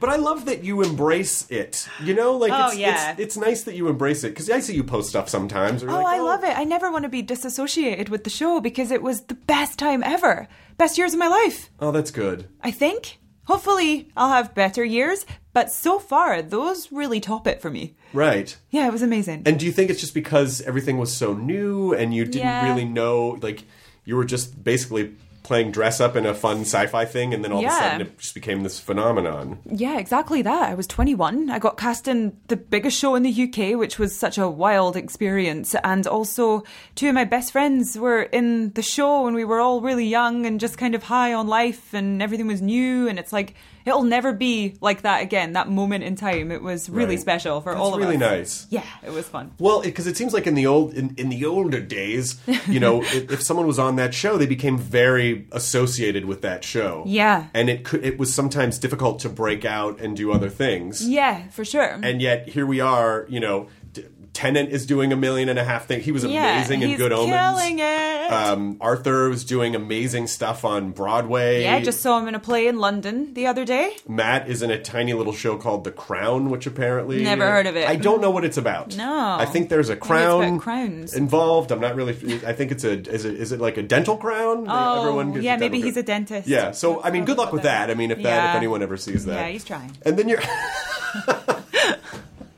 but I love that you embrace it. You know, like Oh, it's, yeah. it's it's nice that you embrace it because I see you post stuff sometimes. Or you're Oh, like, I love it. I never want to be disassociated with the show because it was the best time ever. Best years of my life, Oh, that's good. I think. Hopefully, I'll have better years, but so far, those really top it for me. Right. Yeah, it was amazing. And do you think it's just because everything was so new and you didn't Yeah. really know? Like you were just basically playing dress up in a fun sci-fi thing, and then all Yeah. of a sudden it just became this phenomenon. yeah, exactly that. I was 21. I got cast in the biggest show in the UK, which was such a wild experience. And also, two of my best friends were in the show, and we were all really young and just kind of high on life, and everything was new. And it's like, It'll never be like that again. That moment in time, it was really Right. special for That's all of really us. nice. Yeah, it was fun. Well, because it, seems like in the old in, in the older days, you know, if, if someone was on that show, they became very associated with that show. Yeah. and it could it was sometimes difficult to break out and do other things. Yeah, for sure. and yet here we are. You know, D- Tennant is doing a million and a half things. He was yeah, amazing in he's Good Omens. killing it. Um, Arthur was doing amazing stuff on Broadway. yeah, I just saw him in a play in London the other day. Matt is in a tiny little show called The Crown, which apparently uh, Never heard of it. I don't know what it's about. No. I think there's a it's crown about crowns. involved. I'm not really. I think it's a. Is it, is it like a dental crown? Oh, Everyone gets yeah, a dental maybe he's crown. a dentist. Yeah. So I mean, good luck with that. I mean, if that, Yeah. if anyone ever sees that, Yeah, he's trying. And then you're.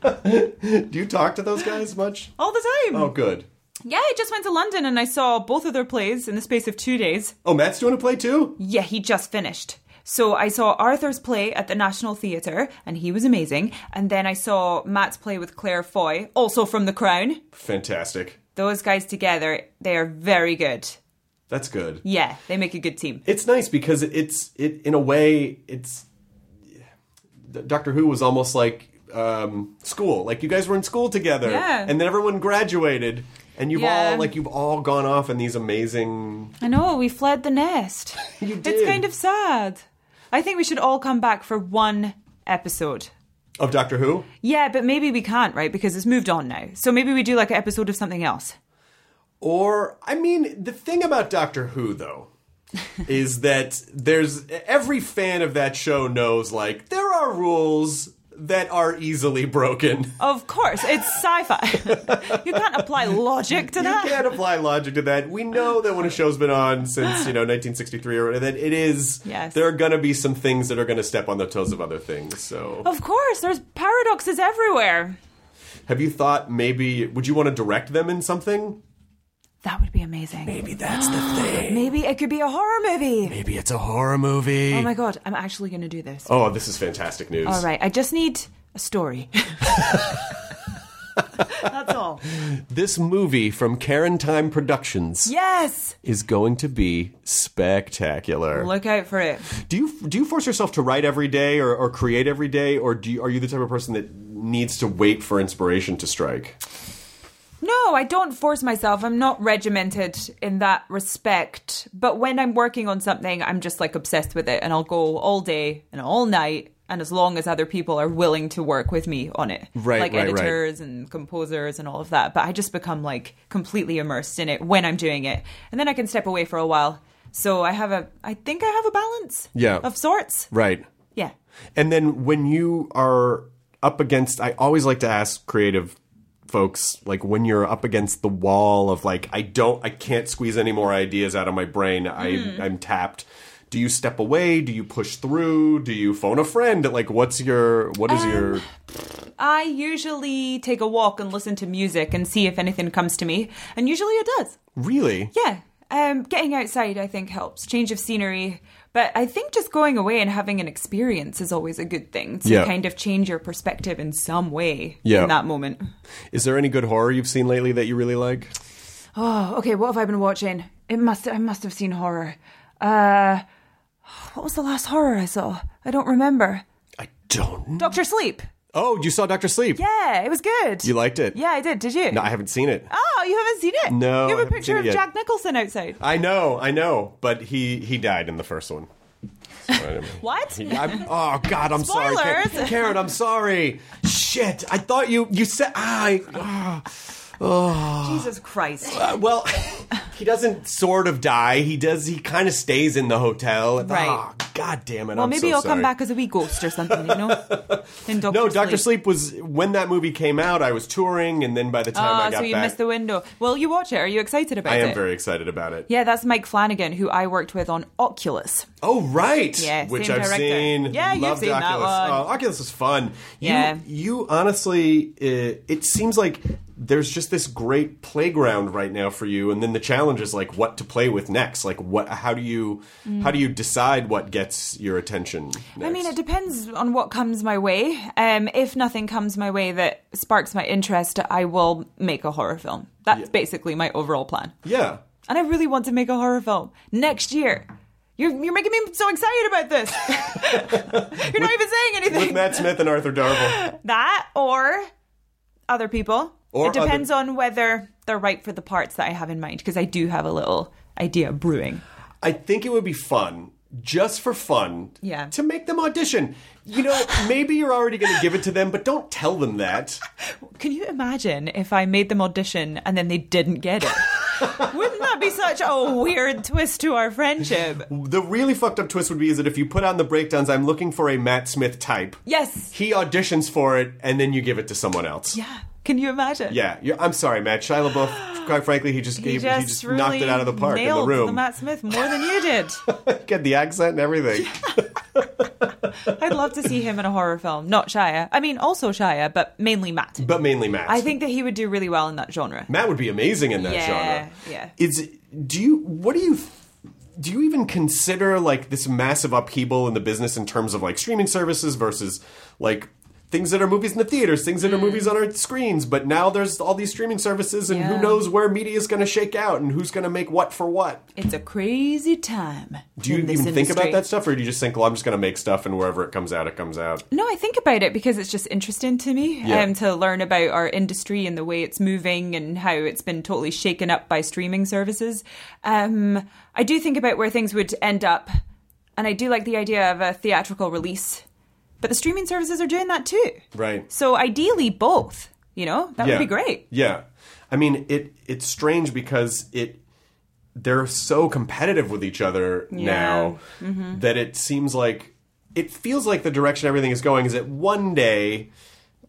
Do you talk to those guys much? All the time. Oh, good. Yeah, I just went to London and I saw both of their plays in the space of two days. Oh, Matt's doing a play too. Yeah, he just finished. So I saw Arthur's play at the National Theatre, and he was amazing. And then I saw Matt's play with Claire Foy, also from The Crown. Fantastic. Those guys together, they are very good. That's good. Yeah, they make a good team. it's nice because it's it in a way it's Doctor Who was almost like um, school. Like you guys were in school together, Yeah. and then everyone graduated, and you've Yeah. all like you've all gone off in these amazing. I know, we fled the nest. You It's did. kind of sad. I think we should all come back for one episode. of Doctor Who. Yeah, but maybe we can't, right? Because it's moved on now. So maybe we do like an episode of something else. Or I mean, the thing about Doctor Who though is that there's every fan of that show knows like there are rules that are easily broken. Of course, it's sci-fi. you can't apply logic to that. You can't apply logic to that. We know that when a show's been on since you know 1963 or whatever, that it is. Yes. There are gonna be some things that are gonna step on the toes of other things. So, Of course, there's paradoxes everywhere. have you thought maybe would you want to direct them in something? That would be amazing. Maybe that's the thing. Maybe it could be a horror movie. Maybe it's a horror movie. Oh my god, I'm actually going to do this. Oh, this is fantastic news. All right, I just need a story. that's all. This movie from Karen Time Productions Yes. is going to be spectacular. Look out for it. Do you do you force yourself to write every day or, or create every day, or do you, are you the type of person that needs to wait for inspiration to strike? No, I don't force myself. I'm not regimented in that respect. But when I'm working on something, I'm just like obsessed with it and I'll go all day and all night. And as long as other people are willing to work with me on it, Right, like right, right. editors and composers and all of that. But I just become like completely immersed in it when I'm doing it. And then I can step away for a while. So I have a, I think I have a balance Yeah. of sorts. Right. Yeah. And then when you are up against, I always like to ask creative folks, like when you're up against the wall of like, I don't, I can't squeeze any more ideas out of my brain. I, I'm tapped. Do you step away? Do you push through? Do you phone a friend? Like, what's your, what is your, I usually take a walk and listen to music and see if anything comes to me. And usually it does. really? Yeah. Um, getting outside, I think, helps. Change of scenery. But I think just going away and having an experience is always a good thing to Yeah. kind of change your perspective in some way Yeah. in that moment. Is there any good horror you've seen lately that you really like? Oh, okay. What have I been watching? It must. I must have seen horror. Uh, what was the last horror I saw? I don't remember. I don't. Doctor Sleep. Oh, you saw Dr. Sleep. Yeah, it was good. You liked it? Yeah, I did. Did you? No, I haven't seen it. Oh, you haven't seen it? No, I You have a haven't seen picture it of yet. Jack Nicholson outside. I know, I know, but he he died in the first one. So I don't know. What? He- I'm- oh God, I'm sorry, Karen. Spoilers. Karen, I'm sorry. Shit, I thought you you said I. ah. Jesus Christ. Uh, well, he doesn't sort of die. He does. He kind of stays in the hotel. Right. Ah, God damn it. Well, I'm maybe so I'll come sorry. back as a wee ghost or something, you know? In Doctor No, Doctor Sleep was when that movie came out. I was touring, and then by the time Ah, I got so you back, missed the window. Well, you watch it. Are you excited about I it? am very excited about it. Yeah, that's Mike Flanagan, who I worked with on Oculus. Oh right, Yeah, same which I've director. seen. Yeah, you've Loved seen that Oculus. one. Oh, Oculus is fun. You, Yeah. you honestly, it, it seems like there's just this great playground right now for you, and then the challenge is like what to play with next. Like what? How do you? How do you decide what gets your attention? I mean, it next? depends on what comes my way. Um, if nothing comes my way that sparks my interest, I will make a horror film. That's basically my overall plan. yeah. And I really want to make a horror film next year. You're, you're making me so excited about this. you're not even saying anything. With Matt Smith and Arthur Darvill. That or other people. Or it other- depends on whether they're right for the parts that I have in mind because I do have a little idea brewing. I think it would be fun, just for fun, Yeah. to make them audition. You know, maybe you're already going to give it to them, but don't tell them that. Can you imagine if I made them audition and then they didn't get it? Wouldn't that be such a weird twist to our friendship? The really fucked up twist would be is that if you put on the breakdowns, I'm looking for a Matt Smith type. Yes. He auditions for it, and then you give it to someone else. Yeah. Can you imagine? Yeah, you're, I'm sorry, Matt. Shia LaBeouf, quite frankly, he just, He gave, just, he just really knocked it out of the park in the nailed room. the Matt Smith more than you did. Get the accent and everything. I'd love to see him in a horror film. Not Shia. I mean, also Shia, but mainly Matt. But mainly Matt. I think that he would do really well in that genre. Matt would be amazing in that Yeah, genre. yeah. Is do you what do you do you even consider like this massive upheaval in the business in terms of like streaming services versus like things that are movies in the theaters, things Mm. that are movies on our screens, but now there's all these streaming services and Yeah. who knows where media is going to shake out and who's going to make what for what. It's a crazy time. Do you in even this think about industry. that stuff or do you just think, "Well, I'm just going to make stuff and wherever it comes out, it comes out." No, I think about it because it's just interesting to me Yeah. um, to learn about our industry and the way it's moving and how it's been totally shaken up by streaming services. Um, I do think about where things would end up, and I do like the idea of a theatrical release, but the streaming services are doing that too. Right. So ideally, both. You know, that would be great. Yeah. I mean, it it's strange because it they're so competitive with each other now Mm-hmm. that it seems like it feels like the direction everything is going is that one day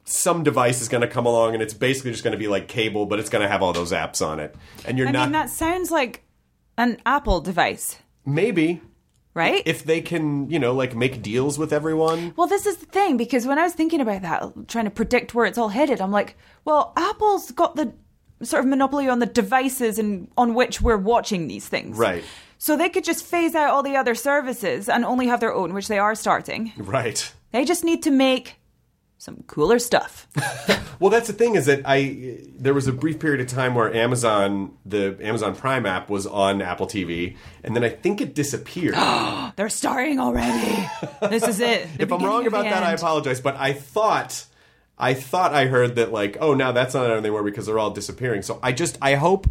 some device is going to come along and it's basically just going to be like cable, but it's going to have all those apps on it, and you're I not mean, that sounds like an Apple device, maybe right? if they can you know like make deals with everyone. Well, this is the thing because when I was thinking about that, trying to predict where it's all headed, I'm like, well, Apple's got the sort of monopoly on the devices and on which we're watching these things. Right. So they could just phase out all the other services and only have their own, which they are starting. Right. They just need to make some cooler stuff. Well, that's the thing is that I there was a brief period of time where Amazon the Amazon Prime app was on Apple TV, and then I think it disappeared. They're starting already. this is it. the if I'm beginning wrong of the about that, I end. apologize. But I thought I thought I heard that like oh now that's not on anymore because they're all disappearing. So I just I hope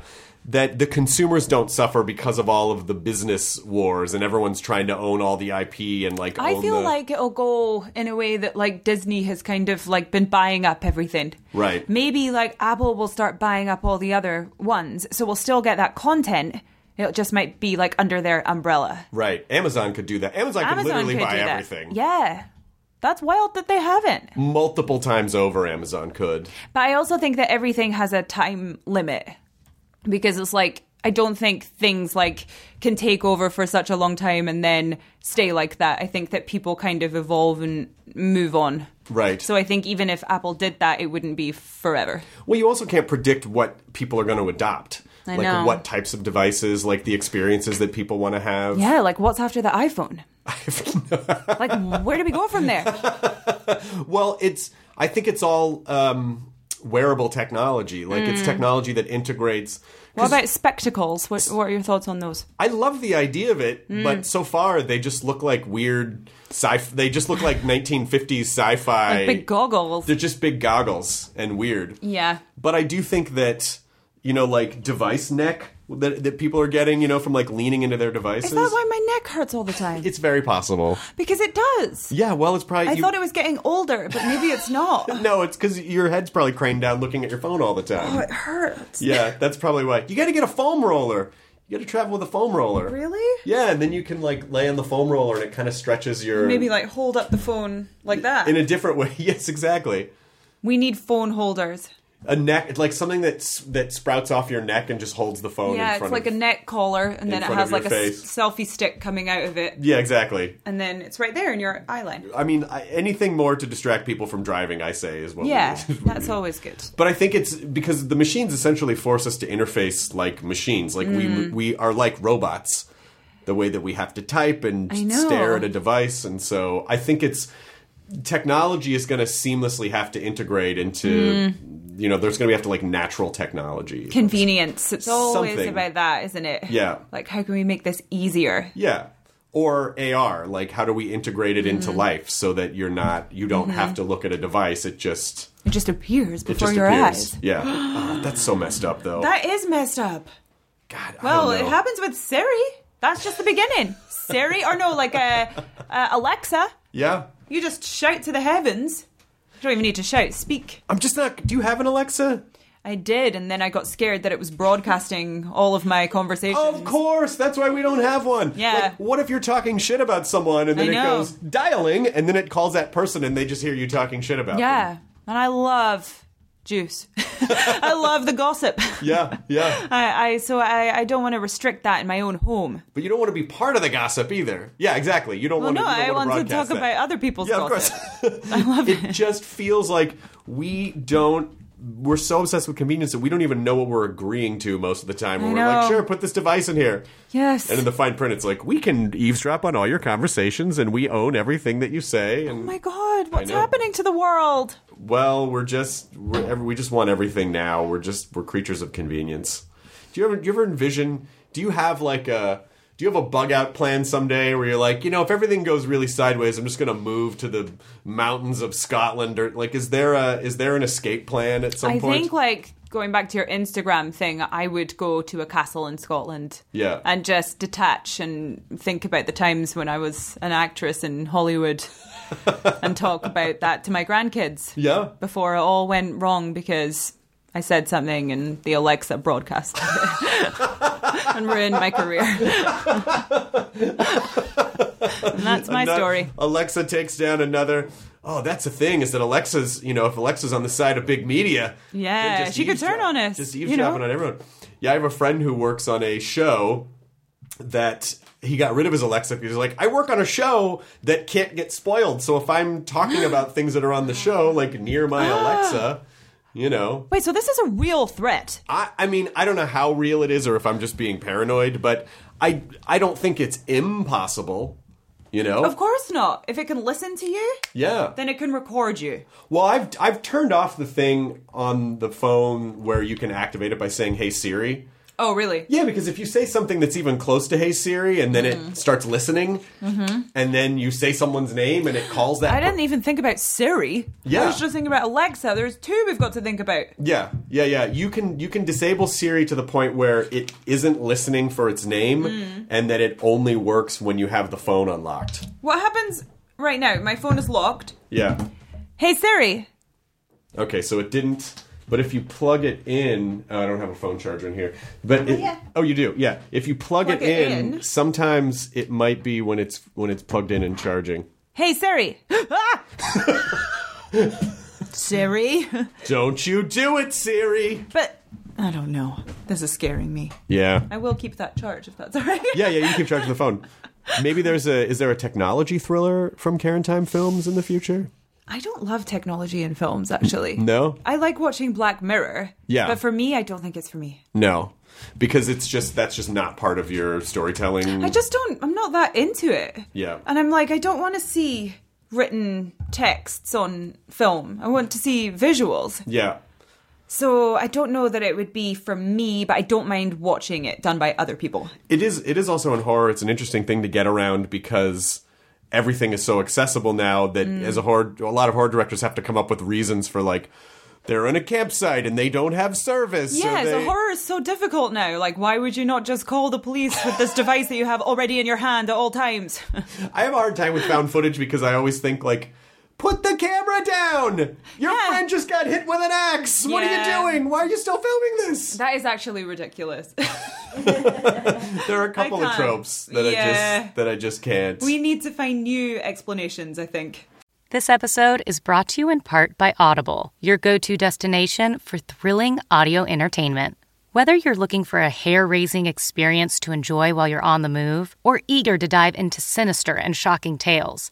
that the consumers don't suffer because of all of the business wars and everyone's trying to own all the IP and like I own feel the- uh, like it'll go in a way that like Disney has kind of like been buying up everything. Right. Maybe like Apple will start buying up all the other ones, so we'll still get that content. It just might be like under their umbrella. right Amazon could do that. Amazon, could Amazon literally could buy do that. everything Mm. Yeah. That's wild that they haven't. multiple times over. Amazon could. But I also think that everything has a time limit because it's like I don't think things like can take over for such a long time and then stay like that. I think that people kind of evolve and move on. Right. So I think even if Apple did that, it wouldn't be forever. Well, you also can't predict what people are going to adopt. I like know. what types of devices, like the experiences that people want to have. Yeah, like what's after the iPhone? like where do we go from there? Well, it's I think it's all um, wearable technology. Like Mm. it's technology that integrates. What about spectacles? What, what are your thoughts on those? I love the idea of it, Mm. but so far they just look like weird sci. They just look like 1950s sci-fi. Big goggles. They're just big goggles and weird. Yeah. But I do think that you know, like device neck that that people are getting, you know, from like leaning into their devices. Is that why my neck hurts all the time? It's very possible. Because it does. Yeah, well, it's probably. I you- thought it was getting older, but maybe it's not. No, it's because your head's probably craned down looking at your phone all the time. it hurts. yeah, that's probably why. You got to get a foam roller. You got to travel with a foam roller. Really? Yeah, and then you can like lay on the foam roller and it kind of stretches your Maybe like hold up the phone like that. in a different way. yes, exactly. we need phone holders. A neck, it's like something that's that sprouts off your neck and just holds the phone. Yeah, in front it's like of, a neck collar, and then it front has of your like a s- face. selfie stick coming out of it, Yeah, exactly. and then it's right there in your eye line. I mean, I, anything more to distract people from driving, I say, is what. we- Yeah, is what we that's need. always good. But I think it's because the machines essentially force us to interface like machines. Like Mm. we we are like robots, the way that we have to type and know. stare at a device, and so I think it's technology is going to seamlessly have to integrate into. Mm. You know, there's going to have to like natural technology. Convenience. It's always Something. about that, isn't it? Yeah. Like, how can we make this easier? yeah. or AR, like how do we integrate it Mm. into life so that you're not you don't have to look at a device. It just It just appears it Mm-hmm. before just your appears. eyes. Yeah, Ah, that's so messed up though. That is messed up. God, I Well, don't it know. happens with Siri. That's just the beginning. Siri, or no, like uh, uh, Alexa. Yeah, You just shout to the heavens. You don't even need to shout. Speak. I'm just not. Do you have an Alexa? I did, and then I got scared that it was broadcasting all of my conversations. Of course, that's why we don't have one. Yeah. Like, what if you're talking shit about someone and then I it know. goes dialing, and then it calls that person, and they just hear you talking shit about them. Yeah, and I love juice. I love the gossip. Yeah, yeah. I, I so I, I don't want to restrict that in my own home. But you don't want to be part of the gossip either. Yeah, exactly. You don't Well, want no, to. I want to talk broadcast that. about other people's Yeah, of gossip. course. I love it. It just feels like we don't. We're so obsessed with convenience that we don't even know what we're agreeing to most of the time. When I we're like, know. sure, put this device in here. Yes. And in the fine print, it's like, we can eavesdrop on all your conversations and we own everything that you say. And oh my god, what's I know. happening to the world? well, we're just we're, ev- we just want everything now. We're just we're creatures of convenience. Do you ever do you ever envision? Do you have like a do you have a bug out plan someday where you're like, you know, if everything goes really sideways, I'm just going to move to the mountains of Scotland or like is there a is there an escape plan at some I point? think like going back to your Instagram thing, I would go to a castle in Scotland. Yeah. And just detach and think about the times when I was an actress in Hollywood and talk about that to my grandkids. yeah. Before it all went wrong because I said something and the Alexa broadcast it and ruined my career. and that's my Ano- story. Alexa takes down another Oh, that's the thing is that Alexa's, you know, if Alexa's on the side of big media, Yeah, They're just she could turn eavesdrop- on us, Just you eavesdropping know? on everyone. Yeah, I have a friend who works on a show that he got rid of his Alexa because he's like, I work on a show that can't get spoiled. So if I'm talking about things that are on the show, like near my Alexa, you know, Wait, so this is a real threat. I, I mean, I don't know how real it is or if I'm just being paranoid, but I, I don't think it's impossible. You know, Of course not. If it can listen to you, yeah. then it can record you. Well, I've I've turned off the thing on the phone where you can activate it by saying, "Hey Siri." Oh, really? Yeah, because if you say something that's even close to Hey Siri and then it starts listening, and then you say someone's name and it calls that. I didn't even think about Siri. I Yeah. was just thinking about Alexa. There's two we've got to think about. yeah, yeah, yeah. You can you can disable Siri to the point where it isn't listening for its name, and that it only works when you have the phone unlocked. What happens right now? My phone is locked. Yeah. Hey Siri. Okay, so it didn't. But if you plug it in, oh, I don't have a phone charger in here. But it, yeah. oh, you do, yeah. If you plug, Plug it, it in, in. sometimes it might be when it's when it's plugged in and charging. Hey Siri. Ah! Siri. Don't you do it, Siri? But I don't know. This is scaring me. Yeah, I will keep that charge if that's alright. yeah, yeah. You keep charging the phone. Maybe there's a is there a technology thriller from Karen Time Films in the future? I don't love technology in films actually. No, I like watching Black Mirror. Yeah. But for me, I don't think it's for me. no, because it's just that's just not part of your storytelling. I just don't. I'm not that into it. Yeah. And I'm like, I don't want to see written texts on film. I want to see visuals. yeah, So I don't know that it would be for me, but I don't mind watching it done by other people. it is it is also in horror it's an interesting thing to get around because everything is so accessible now that Mm. as a horror a lot of horror directors have to come up with reasons for like they're in a campsite and they don't have service or Yeah, so they- horror is so difficult now. Like, why would you not just call the police with this device that you have already in your hand at all times? i have a hard time with found footage because i always think like put the camera down your Yeah. friend just got hit with an axe what Yeah. are you doing why are you still filming this that is actually ridiculous. there are a couple of can't. tropes that i Yeah. just that i just can't we need to find new explanations, I think. This episode is brought to you in part by Audible, your go to destination for thrilling audio entertainment. Whether you're looking for a hair raising experience to enjoy while you're on the move or eager to dive into sinister and shocking tales,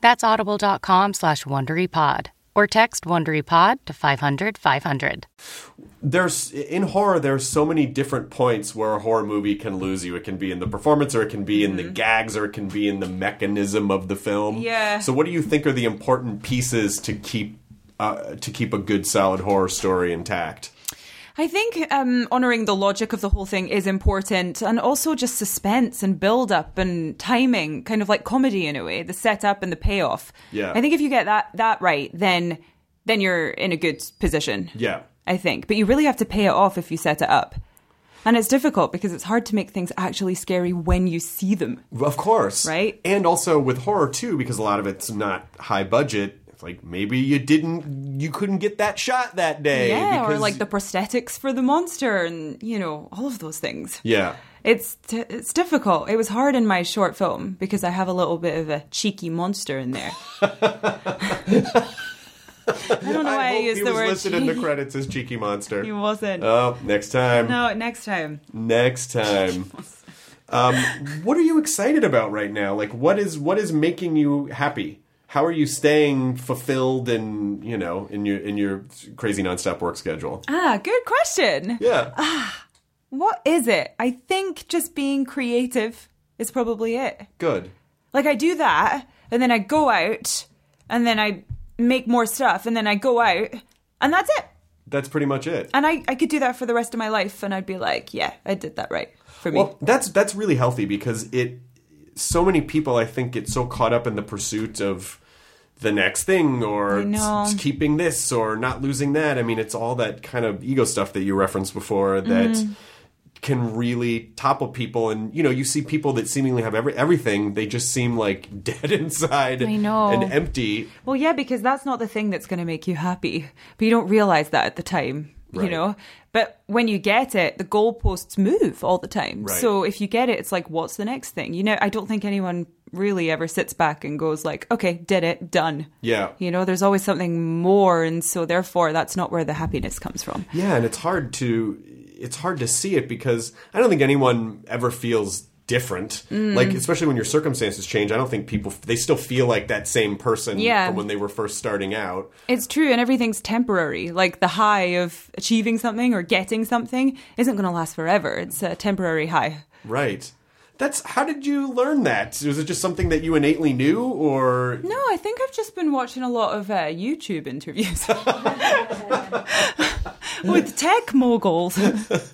That's audible.com slash WonderyPod or text WonderyPod to 500 500. there's in horror there's so many different points where a horror movie can lose you it can be in the performance or it can be in Mm-hmm. the gags or it can be in the mechanism of the film Yeah. so what do you think are the important pieces to keep uh, to keep a good solid horror story intact I think um, honoring the logic of the whole thing is important, and also just suspense and build up and timing, kind of like comedy in a way, the setup and the payoff. Yeah. I think if you get that that right, then then you're in a good position. yeah I think, but you really have to pay it off if you set it up. And it's difficult because it's hard to make things actually scary when you see them. Of course. Right? And also with horror too, because a lot of it's not high budget. It's like maybe you didn't you couldn't get that shot that day. yeah, or because- like the prosthetics for the monster and, you know, all of those things. Yeah. It's t- it's difficult. It was hard in my short film because I have a little bit of a cheeky monster in there. I don't know why I, hope used he the was word listed in the credits as cheeky monster. He wasn't. Oh, next time. no, next time. Next time. um, what are you excited about right now? Like what is what is making you happy? How are you staying fulfilled and you know in your in your crazy nonstop work schedule? Ah, good question. Yeah. What is it? I think just being creative is probably it. Good. Like I do that, and then I go out, and then I make more stuff, and then I go out, and that's it. That's pretty much it. And I, I could do that for the rest of my life, and I'd be like, yeah, I did that right for me. Well, that's that's really healthy because it. So many people, I think, get so caught up in the pursuit of the next thing, or I know. s- keeping this, or not losing that. I mean, it's all that kind of ego stuff that you referenced before that Mm-hmm. can really topple people. And you know, you see people that seemingly have every everything; they just seem like dead inside I know. and empty. Well, yeah, because that's not the thing that's going to make you happy, but you don't realize that at the time, you Right. know. But when you get it, the goalposts move all the time. Right. So if you get it, it's like, what's the next thing? You know, I don't think anyone really ever sits back and goes like, okay, did it, done. Yeah. You know, there's always something more, and so therefore, that's not where the happiness comes from. Yeah, and it's hard to it's hard to see it because I don't think anyone ever feels different. Mm. Like especially when your circumstances change, I don't think people they still feel like that same person Yeah. from when they were first starting out. It's true, and everything's temporary. Like the high of achieving something or getting something isn't going to last forever. It's a temporary high. Right. That's how did you learn that? Was it just something that you innately knew or No, I think I've just been watching a lot of uh, YouTube interviews with tech moguls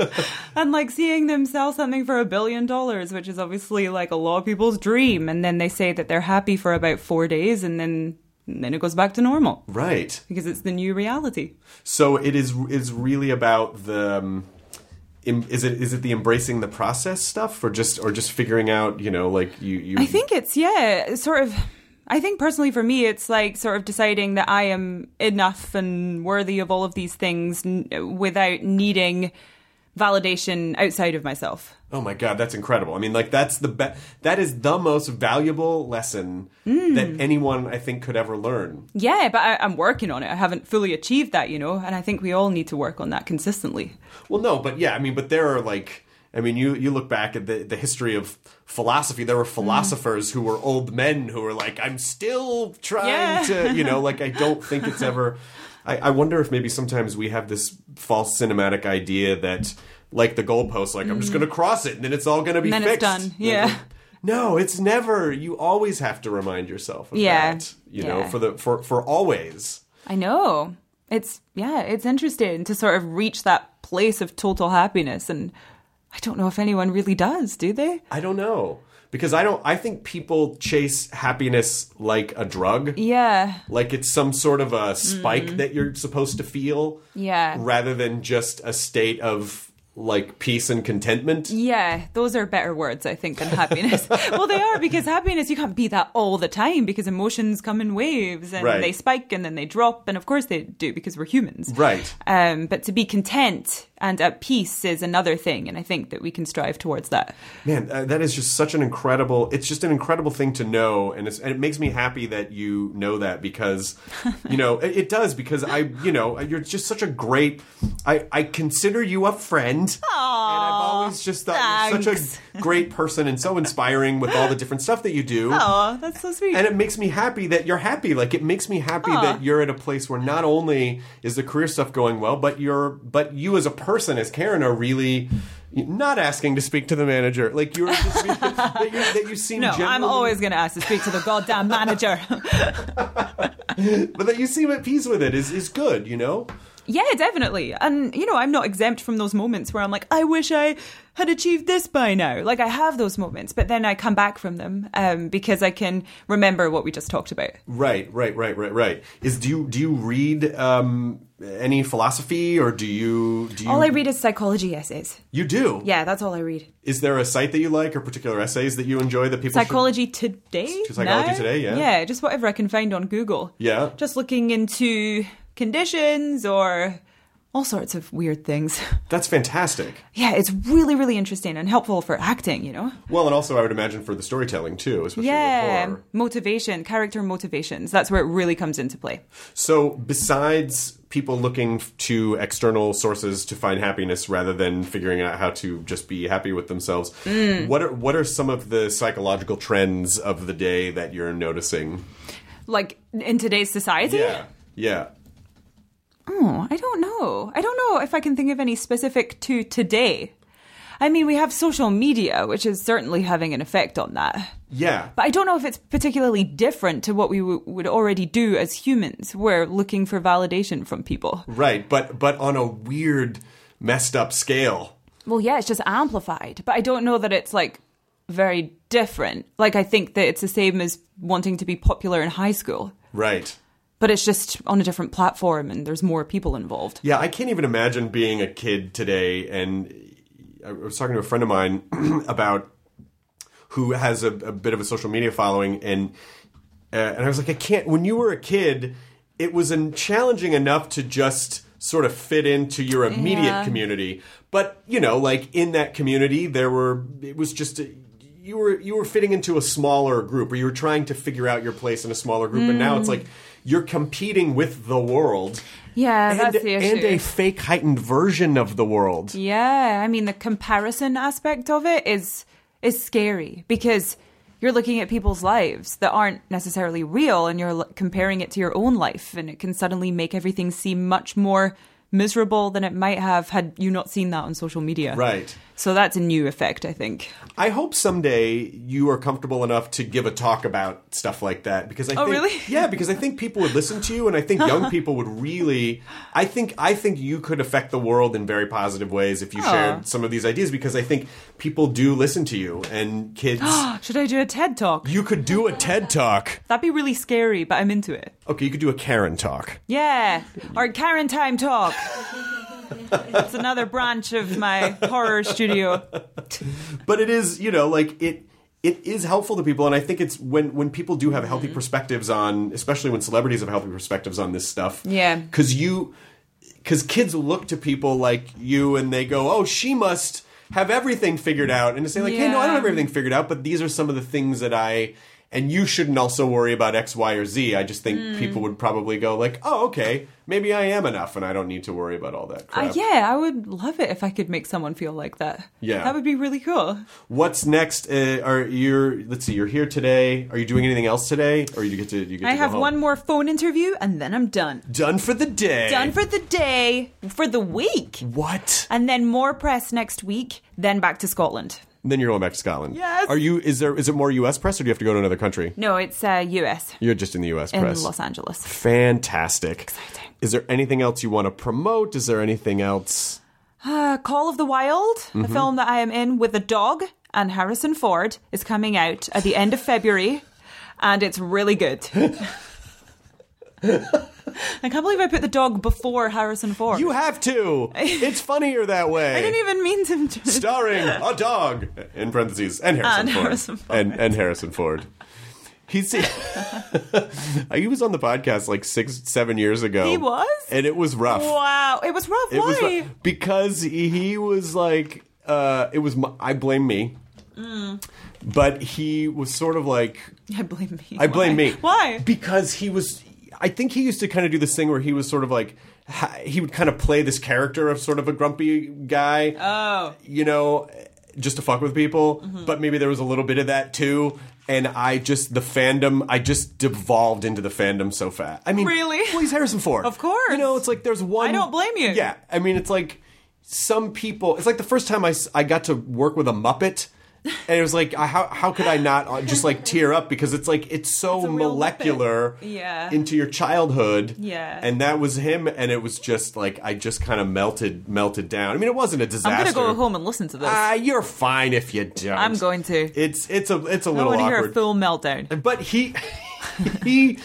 and like seeing them sell something for a billion dollars, which is obviously like a lot of people's dream. And then they say that they're happy for about four days, and then and then it goes back to normal Right. because it's the new reality. So it is is really about the um, em- is it is it the embracing the process stuff or just or just figuring out, you know, like you you I think it's yeah, it's sort of. I think personally for me, it's like sort of deciding that I am enough and worthy of all of these things n- without needing validation outside of myself. Oh my god, that's incredible. I mean, like that's the be- that is the most valuable lesson that anyone I think could ever learn. Yeah, but I, I'm working on it. I haven't fully achieved that, you know, and I think we all need to work on that consistently. Well, no, but yeah, I mean, but there are like I mean, you you look back at the the history of philosophy. There Mm. were philosophers who were old men who were like, "I'm still trying Yeah. to," you know, like I don't think it's ever I, I wonder if maybe sometimes we have this false cinematic idea that like the goalpost, like I'm just going to cross it and then it's all going to be And Mm. then it's fixed. done. Yeah. No, it's never. You always have to remind yourself of Yeah. that. You Yeah. know, for the for for always. I know. It's, yeah, it's interesting to sort of reach that place of total happiness. And I don't know if anyone really does, do they? I don't know because I don't. I think people chase happiness like a drug, Yeah. like it's some sort of a spike that you're supposed to feel, Yeah. rather than just a state of like peace and contentment. Yeah, those are better words, I think, than happiness. well, they are because happiness, you can't be that all the time because emotions come in waves and Right. they spike and then they drop. And of course they do because we're humans. Right. Um, but to be content, and at peace is another thing. And I think that we can strive towards that. Man, uh, that is just such an incredible. It's just an incredible thing to know, and, it's, and it makes me happy that you know that because, you know, it, it does because I, you know, you're just such a great. I I consider you a friend, and I've always just thought you're thanks. such a great person and so inspiring with all the different stuff that you do. Oh, that's so sweet. And it makes me happy that you're happy. Like it makes me happy that you're at a place where not only is the career stuff going well, but you're but you as a person, as Karen, are really not asking to speak to the manager. Like you're just that, you that you seem no, I'm genuinely- always going to ask to speak to the goddamn manager. but that you seem at peace with it is is good. You know. Yeah, definitely. And, you know, I'm not exempt from those moments where I'm like, I wish I had achieved this by now. Like, I have those moments, but then I come back from them um, because I can remember what we just talked about. Right, right, right, right, right. Is do you do you read um, any philosophy or do you do you All I read is psychology essays. you do? Yeah, that's all I read. Is there a site that you like or particular essays that you enjoy that people should- Psychology Today? Psychology now? Today, yeah. Yeah, just whatever I can find on Google. Yeah. Just looking into conditions or all sorts of weird things. That's fantastic. Yeah, it's really, really interesting and helpful for acting, you know? Well, and also I would imagine for the storytelling too, especially with Yeah, horror. motivation, character motivations. That's where it really comes into play. So, besides people looking f- to external sources to find happiness rather than figuring out how to just be happy with themselves, what are what are some of the psychological trends of the day that you're noticing? Like in today's society? Yeah, yeah. Oh, I don't know. I don't know if I can think of any specific to today. I mean, we have social media, which is certainly having an effect on that. Yeah. But I don't know if it's particularly different to what we w- would already do as humans. We're looking for validation from people. Right, but but on a weird messed up scale. Well, yeah, it's just amplified, but I don't know that it's like very different. Like, I think that it's the same as wanting to be popular in high school, Right. but it's just on a different platform and there's more people involved. Yeah, I can't even imagine being a kid today. And I was talking to a friend of mine about who has a, a bit of a social media following, and uh, and I was like, I can't. When you were a kid, it was an, challenging enough to just sort of fit into your immediate community. But you know, like in that community, there were it was just. A, you were you were fitting into a smaller group, or you were trying to figure out your place in a smaller group, and now it's like you're competing with the world Yeah, and, that's the issue. and a fake heightened version of the world. Yeah, I mean the comparison aspect of it is is scary because you're looking at people's lives that aren't necessarily real and you're l- comparing it to your own life and it can suddenly make everything seem much more miserable than it might have had you not seen that on social media. Right. So that's a new effect, I think. I hope someday you are comfortable enough to give a talk about stuff like that because I Oh, think really? yeah because I think people would listen to you and I think young people would really I think I think you could affect the world in very positive ways if you shared some of these ideas because I think people do listen to you and kids Should I do a TED talk? you could do a TED talk. That'd be really scary, but I'm into it. Okay, you could do a Karen talk. Yeah. Or Karen Time Talk. It's another branch of my horror studio. but it is you know like it it is helpful to people and i think it's when when people do have Mm-hmm. healthy perspectives on especially when celebrities have healthy perspectives on this stuff Yeah. because you because kids look to people like you and they go oh she must have everything figured out and to say like hey no i don't Yeah. have everything figured out but these are some of the things that i and you shouldn't also worry about x y or z i just think people Mm. would probably go like oh okay maybe i am enough and i don't need to worry about all that crap Uh, yeah, I would love it if I could make someone feel like that. Yeah. that would be really cool. What's next? Uh, are you? Let's see. You're here today. Are you doing anything else today, or you get to? You get I to go have home? one more phone interview and then I'm done. Done for the day. Done for the day, for the week, what? and then more press next week. Then back to Scotland. And then you're going back to Scotland. Yes. Are you? Is there? Is it more U.S. press, or do you have to go to another country? No, it's uh, U.S. You're just in the U.S. in press. Los Angeles. Fantastic. Exciting. Is there anything else you want to promote? Is there anything else? Uh, Call of the Wild, a Mm-hmm. film that I am in with a dog and Harrison Ford, is coming out at the end of February, and it's really good. I can't believe I put the dog before Harrison Ford. You have to. it's funnier that way. I didn't even mean to. Starring a dog in parentheses and Harrison And Ford Harrison Ford. and and Harrison Ford. He's he was on the podcast like six, seven years ago. He was? and it was rough. Wow, it was rough. It Why? was rough. because he was like, uh, it was. My, I blame me, Mm. but he was sort of like, I blame me. I blame Why? me. Why? Because he was. I think he used to kind of do this thing where he was sort of like ha- he would kind of play this character of sort of a grumpy guy. Oh, you know, just to fuck with people. Mm-hmm. But maybe there was a little bit of that too. And I just the fandom. I just devolved into the fandom so fast. I mean, Really? Well, he's Harrison Ford. Of course. You know, it's like there's one. I don't blame you. Yeah, I mean, it's like some people. It's like the first time I, s- I got to work with a Muppet, and it was like I- how how could I not uh, just like tear up because it's like it's so It's a real molecular Muppet. Yeah. into your childhood. Yeah. and that was him, and it was just like I just kind of melted melted down. I mean, it wasn't a disaster. I'm gonna go home and listen to this. Ah, you're fine if you don't. I'm going to. It's it's a it's a I little want to awkward. hear a full meltdown. But he he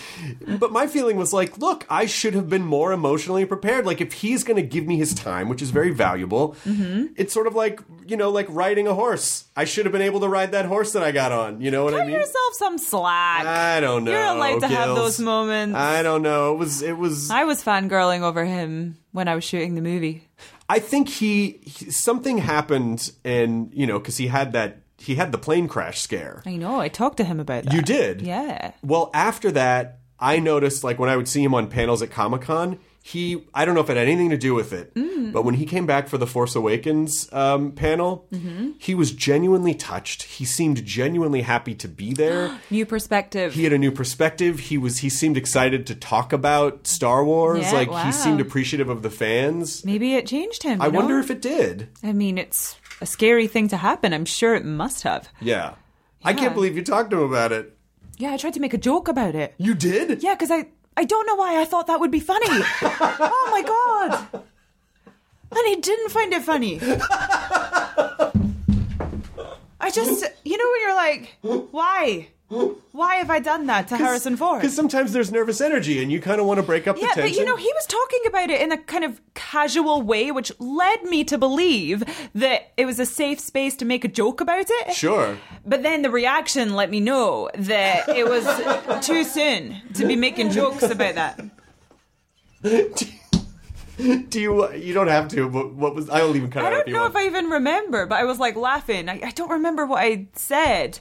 but my feeling was like, look, I should have been more emotionally prepared. Like if he's going to give me his time, which is very valuable, Mm-hmm. it's sort of like, you know, like riding a horse. I should have been able to ride that horse that I got on, you know what I Give mean? Ah. yourself some slack. I don't know. You're allowed to have Gils. those moments. I don't know. It was it was I was fangirling over him when I was shooting the movie. I think he, he something happened and, you know, cuz he had that he had the plane crash scare. I know. I talked to him about that. You did. Yeah. Well, after that, I noticed like when I would see him on panels at Comic Con, he I don't know if it had anything to do with it, Mm. but when he came back for the Force Awakens um, panel, Mm-hmm. he was genuinely touched. He seemed genuinely happy to be there. New perspective. he had a new perspective. He was he seemed excited to talk about Star Wars. Yeah, like wow. he seemed appreciative of the fans. Maybe it changed him. I you know? wonder if it did. I mean, it's a scary thing to happen. I'm sure it must have. Yeah. I Yeah. can't believe you talked to him about it. Yeah, I tried to make a joke about it. You did? Yeah, because I I don't know why I thought that would be funny. oh my god! And he didn't find it funny. I just, you know, when you're like, why, why have I done that to Harrison Ford? Because sometimes there's nervous energy and you kind of want to break up Yeah, the tension. but you know, he was talking about it in a kind of casual way, which led me to believe that it was a safe space to make a joke about it. Sure. But then the reaction let me know that it was too soon to be making jokes about that. Do you? You don't have to. But what was? I don't even cut I out don't you know want. if I even remember, but I was like laughing. I, I don't remember what I said.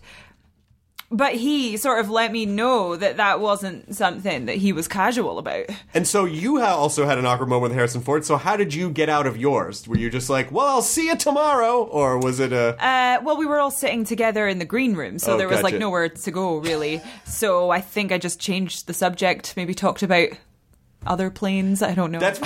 But he sort of let me know that that wasn't something that he was casual about. And so you ha- also had an awkward moment with Harrison Ford. So how did you get out of yours? Were you just like, "Well, I'll see you tomorrow," or was it a? Uh, well, we were all sitting together in the green room, so Oh, there was like gotcha. nowhere to go really. so I think I just changed the subject, maybe talked about other planes. I don't know. that's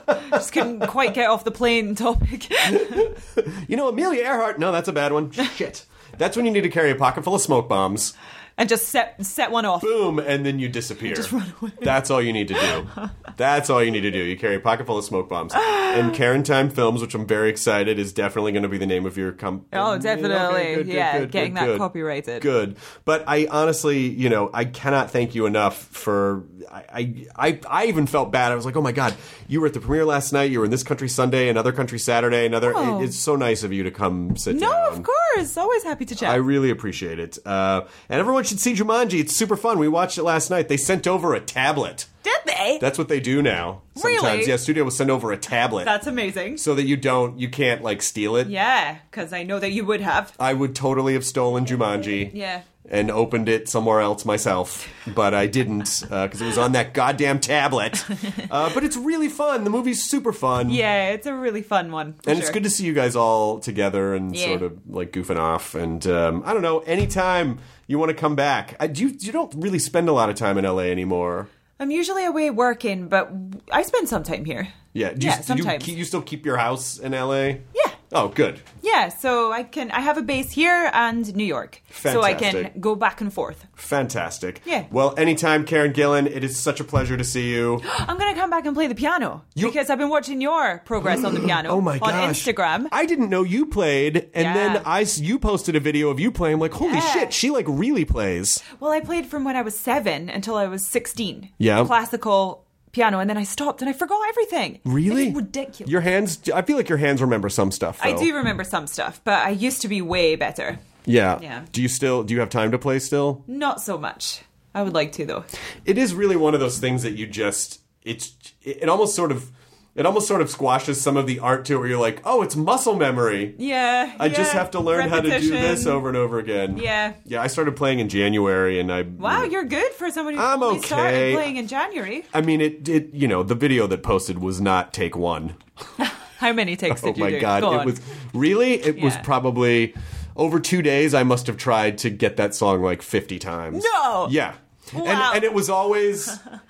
just couldn't quite get off the plane topic. you know Amelia Earhart. No, that's a bad one. Shit. That's when you need to carry a pocket full of smoke bombs. and just set set one off. Boom, and then you disappear. Just run away. That's all you need to do. That's all you need to do. You carry a pocket full of smoke bombs. and Karen Time Films, which I'm very excited, is definitely going to be the name of your company. Oh, definitely. Yeah, getting that good. copyrighted. Good. But I honestly, you know, I cannot thank you enough for. I, I, I, I even felt bad. I was like, oh my God, you were at the premiere last night. You were in this country Sunday, another country Saturday, another. Oh. it- it's so nice of you to come sit No, down. of course. Always happy to chat. I really appreciate it. Uh, and everyone should see Jumanji. It's super fun. We watched it last night. They sent over a tablet. Did they? That's what they do now. Sometimes. Really? Yeah, studio will send over a tablet. That's amazing. so that you don't, you can't like steal it. Yeah, because I know that you would have. I would totally have stolen Jumanji. Yeah. And opened it somewhere else myself, but I didn't because it was on that goddamn tablet. Uh, but it's really fun. The movie's super fun. Yeah, it's a really fun one. for And sure. it's good to see you guys all together and Yeah. sort of like goofing off. And um, I don't know, anytime you want to come back, I, do you, you don't really spend a lot of time in LA anymore. I'm usually away working, but w- I spend some time here. Yeah, do you, Yeah, do you sometimes. keep- you still keep your house in LA? Yeah. Oh, good. Yeah, so I can I have a base here and New York, so I can Fantastic. go back and forth. Fantastic. Yeah. Well, anytime, Karen Gillan, it is such a pleasure to see you. I'm gonna come back and play the piano You- because I've been watching your progress on the piano Oh my on gosh. Instagram. I didn't know you played, and Yeah. then I s- you posted a video of you playing. I'm like, holy Yeah. shit, she like really plays. Well, I played from when I was seven until I was 16. Yeah. Classical piano, and then I stopped and I forgot everything. Really? It's ridiculous. Your hands. I feel like your hands remember some stuff. I though. do remember some stuff, but I used to be way better. Yeah. Yeah. Do you still do you have time to play still? Not so much. I would like to though. It is really one of those things that you just it's it almost sort of it almost sort of squashes some of the art to it where you're like, "Oh, it's muscle memory." Yeah. I just yeah, have to learn how to do this repetition. over and over again. Yeah. Yeah, I started playing in January and I Wow, you're good for someone who I'm only okay. started playing in January. I mean, it, it, you know, the video that posted was not take one. How many takes Oh did you my do? god, Go it on. was really. It was Yeah. probably over two days. I must have tried to get that song like fifty times. No! Yeah, and Wow. and it was always,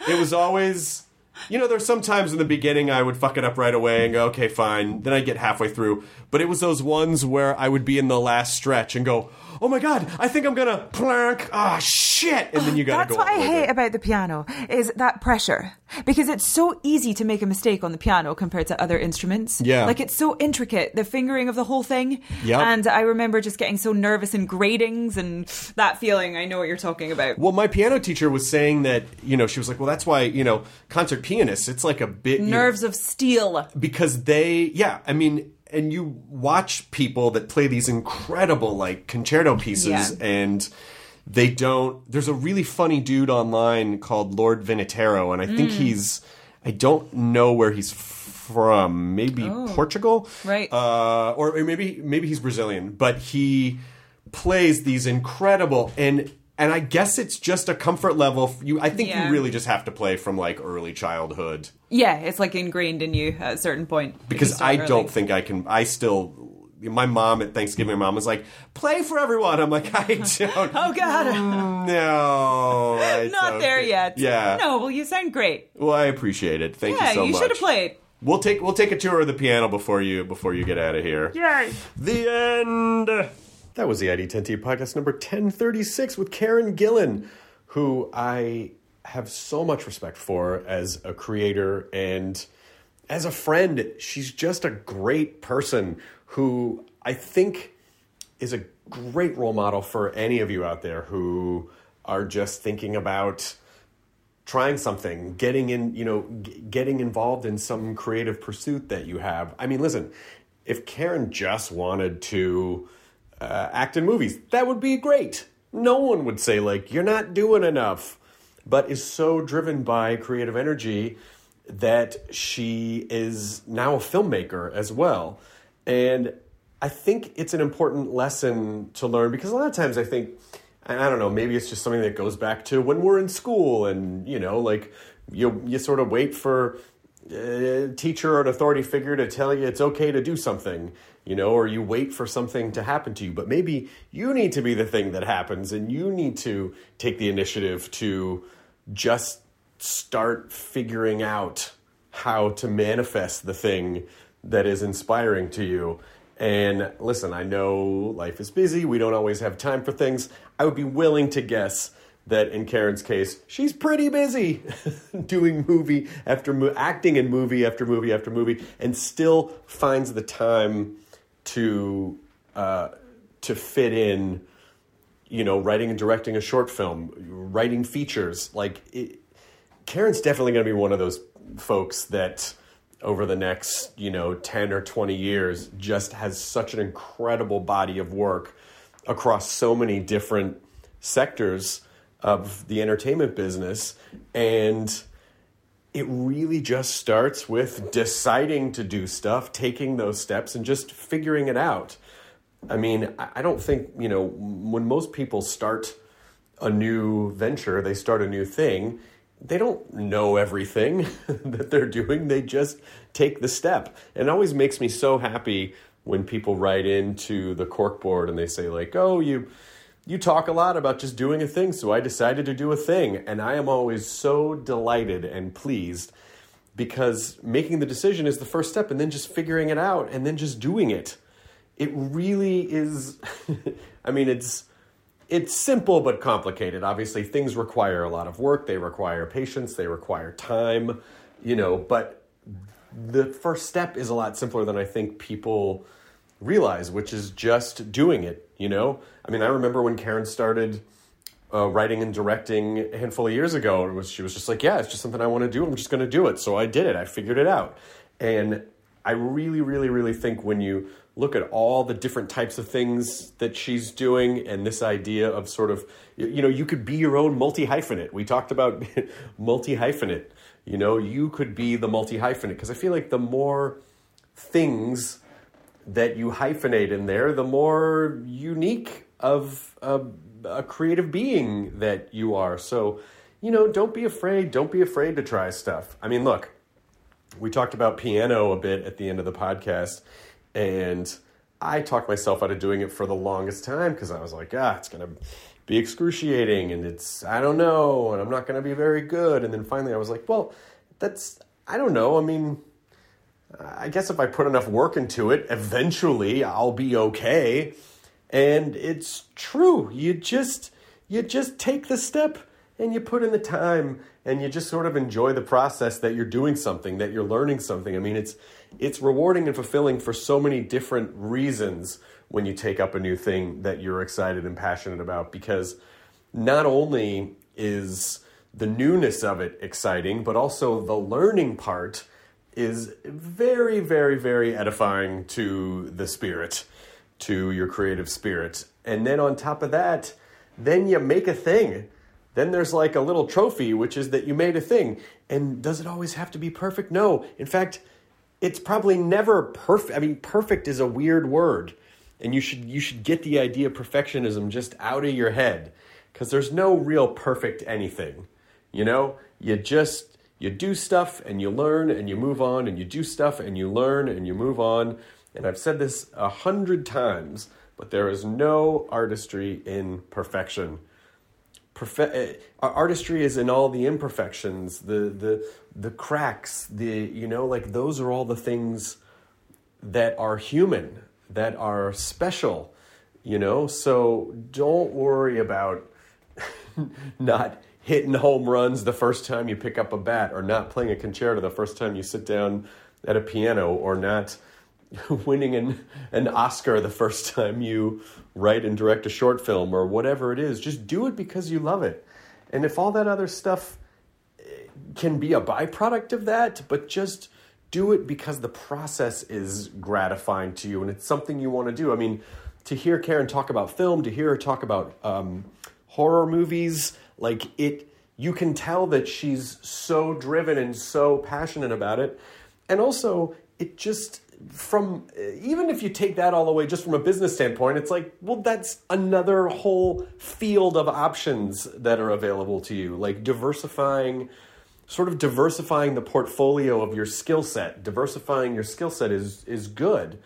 it was always. You know, there's sometimes in the beginning I would fuck it up right away and go, okay, fine. Then I get halfway through, but it was those ones where I would be in the last stretch and go, oh my god, I think I'm gonna plank. Ah, shit! And then you gotta That's go. what on I with hate it. about the piano is that pressure because it's so easy to make a mistake on the piano compared to other instruments. Yeah. like it's so intricate the fingering of the whole thing. Yep. and I remember just getting so nervous in gradings and that feeling. I know what you're talking about. Well, my piano teacher was saying that you know she was like, well, that's why you know concert pianists. It's like a bit you know, Nerves of steel. because they, yeah, I mean, and you watch people that play these incredible like concerto pieces, Yeah. and they don't. There's a really funny dude online called Lord Vinatero, and I think Mm. he's. I don't know where he's from. Maybe Portugal, Oh. Right. Uh, or or maybe maybe he's Brazilian, but he plays these incredible and. And I guess it's just a comfort level. You, I think Yeah. you really just have to play from like early childhood Yeah, it's like ingrained in you at a certain point if you because start I early. don't think I can. I still, my mom at Thanksgiving, my mom was like, "Play for everyone." I'm like, I don't. Oh God, no, it's not there okay." yet. Yeah. No, well, you sound great. Well, I appreciate it. Thank Yeah, you so you much. should have played. We'll take we'll take a tour of the piano before you before you get out of here. Yay. The end. That was the ID10T podcast number 1036 with Karen Gillan, who I have so much respect for as a creator and as a friend. She's just a great person who I think is a great role model for any of you out there who are just thinking about trying something, getting in, you know, g- getting involved in some creative pursuit that you have. I mean, listen, if Karen just wanted to uh, act in movies, that would be great. No one would say like you're not doing enough, but is so driven by creative energy that she is now a filmmaker as well. And I think it's an important lesson to learn because a lot of times I think, and I don't know, maybe it's just something that goes back to when we're in school and, you know, like you, you sort of wait for a teacher or an authority figure to tell you it's okay to do something, you know, or you wait for something to happen to you. But maybe you need to be the thing that happens and you need to take the initiative to just start figuring out how to manifest the thing that is inspiring to you. And listen, I know life is busy, we don't always have time for things. I would be willing to guess that in Karen's case, she's pretty busy doing movie after mo- acting in movie after movie after movie and still finds the time to uh, to fit in you know, writing and directing a short film, writing features. Like, it, Karen's definitely going to be one of those folks that over the next, you know, 10 or 20 years just has such an incredible body of work across so many different sectors of the entertainment business. And, it really just starts with deciding to do stuff, taking those steps, and just figuring it out. I mean, I I don't think, you know, when most people start a new venture, they start a new thing, they don't know everything that they're doing. They just take the step. And it always makes me so happy when people write into the cork board and they say, like, oh, you you talk a lot about just doing a thing, so I decided to do a thing. And I am always so delighted and pleased because making the decision is the first step, and then just figuring it out and then just doing it. It really is, I mean, it's. It's simple but complicated. Obviously, things require a lot of work. They require patience. They require time, you know. But the first step is a lot simpler than I think people realize, which is just doing it, you know? I mean, I remember when Karen started uh, writing and directing a handful of years ago, it was, she was just like, yeah, it's just something I want to do. I'm just going to do it. So I did it. I figured it out. And I really, really, really think when you look at all the different types of things that she's doing and this idea of sort of you you know you could be your own multi hyphenate we talked about multi hyphenate you know you could be the multi hyphenate because i feel like the more things that you hyphenate in there the more unique of a, a creative being that you are so you know don't be afraid don't be afraid to try stuff i mean look we talked about piano a bit at the end of the podcast and i talked myself out of doing it for the longest time because i was like ah it's gonna be excruciating and it's i don't know and i'm not gonna be very good and then finally i was like well that's i don't know i mean i guess if i put enough work into it eventually i'll be okay and it's true you just you just take the step and you put in the time and you just sort of enjoy the process that you're doing something that you're learning something i mean it's it's rewarding and fulfilling for so many different reasons when you take up a new thing that you're excited and passionate about because not only is the newness of it exciting but also the learning part is very very very edifying to the spirit to your creative spirit and then on top of that then you make a thing then there's like a little trophy, which is that you made a thing. And does it always have to be perfect? No. In fact, it's probably never perfect. I mean, perfect is a weird word. And you should you should get the idea of perfectionism just out of your head. Cause there's no real perfect anything. You know? You just you do stuff and you learn and you move on and you do stuff and you learn and you move on. And I've said this a hundred times, but there is no artistry in perfection perfe- uh, artistry is in all the imperfections, the the the cracks, the you know, like those are all the things that are human, that are special, you know. So don't worry about not hitting home runs the first time you pick up a bat, or not playing a concerto the first time you sit down at a piano, or not winning an, an Oscar the first time you write and direct a short film or whatever it is. Just do it because you love it. And if all that other stuff eh, can be a byproduct of that, but just do it because the process is gratifying to you and it's something you want to do. I mean, to hear Karen talk about film, to hear her talk about um, horror movies, like it, you can tell that she's so driven and so passionate about it. And also, it just from even if you take that all away just from a business standpoint it's like well that's another whole field of options that are available to you like diversifying sort of diversifying the portfolio of your skill set diversifying your skill set is is good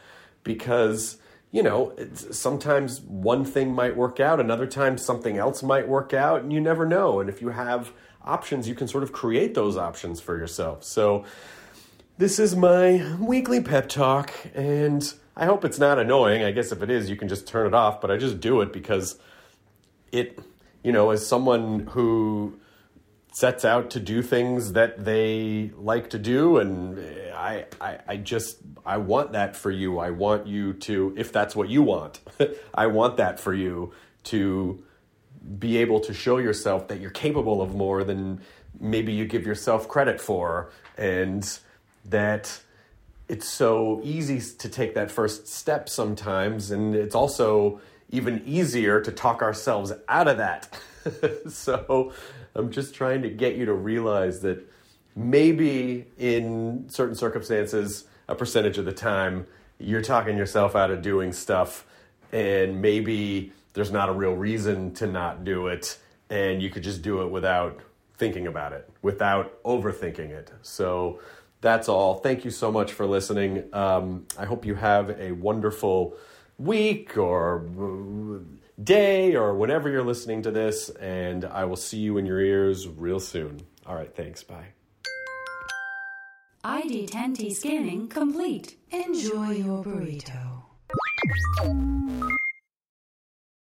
because you know it's, sometimes one thing might work out another time something else might work out and you never know and if you have options you can sort of create those options for yourself so this is my weekly pep talk, and I hope it's not annoying. I guess if it is, you can just turn it off, but I just do it because it, you know, as someone who sets out to do things that they like to do, and I, I, I just, I want that for you. I want you to, if that's what you want, I want that for you to be able to show yourself that you're capable of more than maybe you give yourself credit for, and, that it's so easy to take that first step sometimes, and it's also even easier to talk ourselves out of that. so I'm just trying to get you to realize that maybe in certain circumstances, a percentage of the time, you're talking yourself out of doing stuff, and maybe there's not a real reason to not do it, and you could just do it without thinking about it, without overthinking it. So that's all. Thank you so much for listening. Um, I hope you have a wonderful week or day or whenever you're listening to this, and I will see you in your ears real soon. All right, thanks. Bye. ID10T scanning complete. Enjoy your burrito.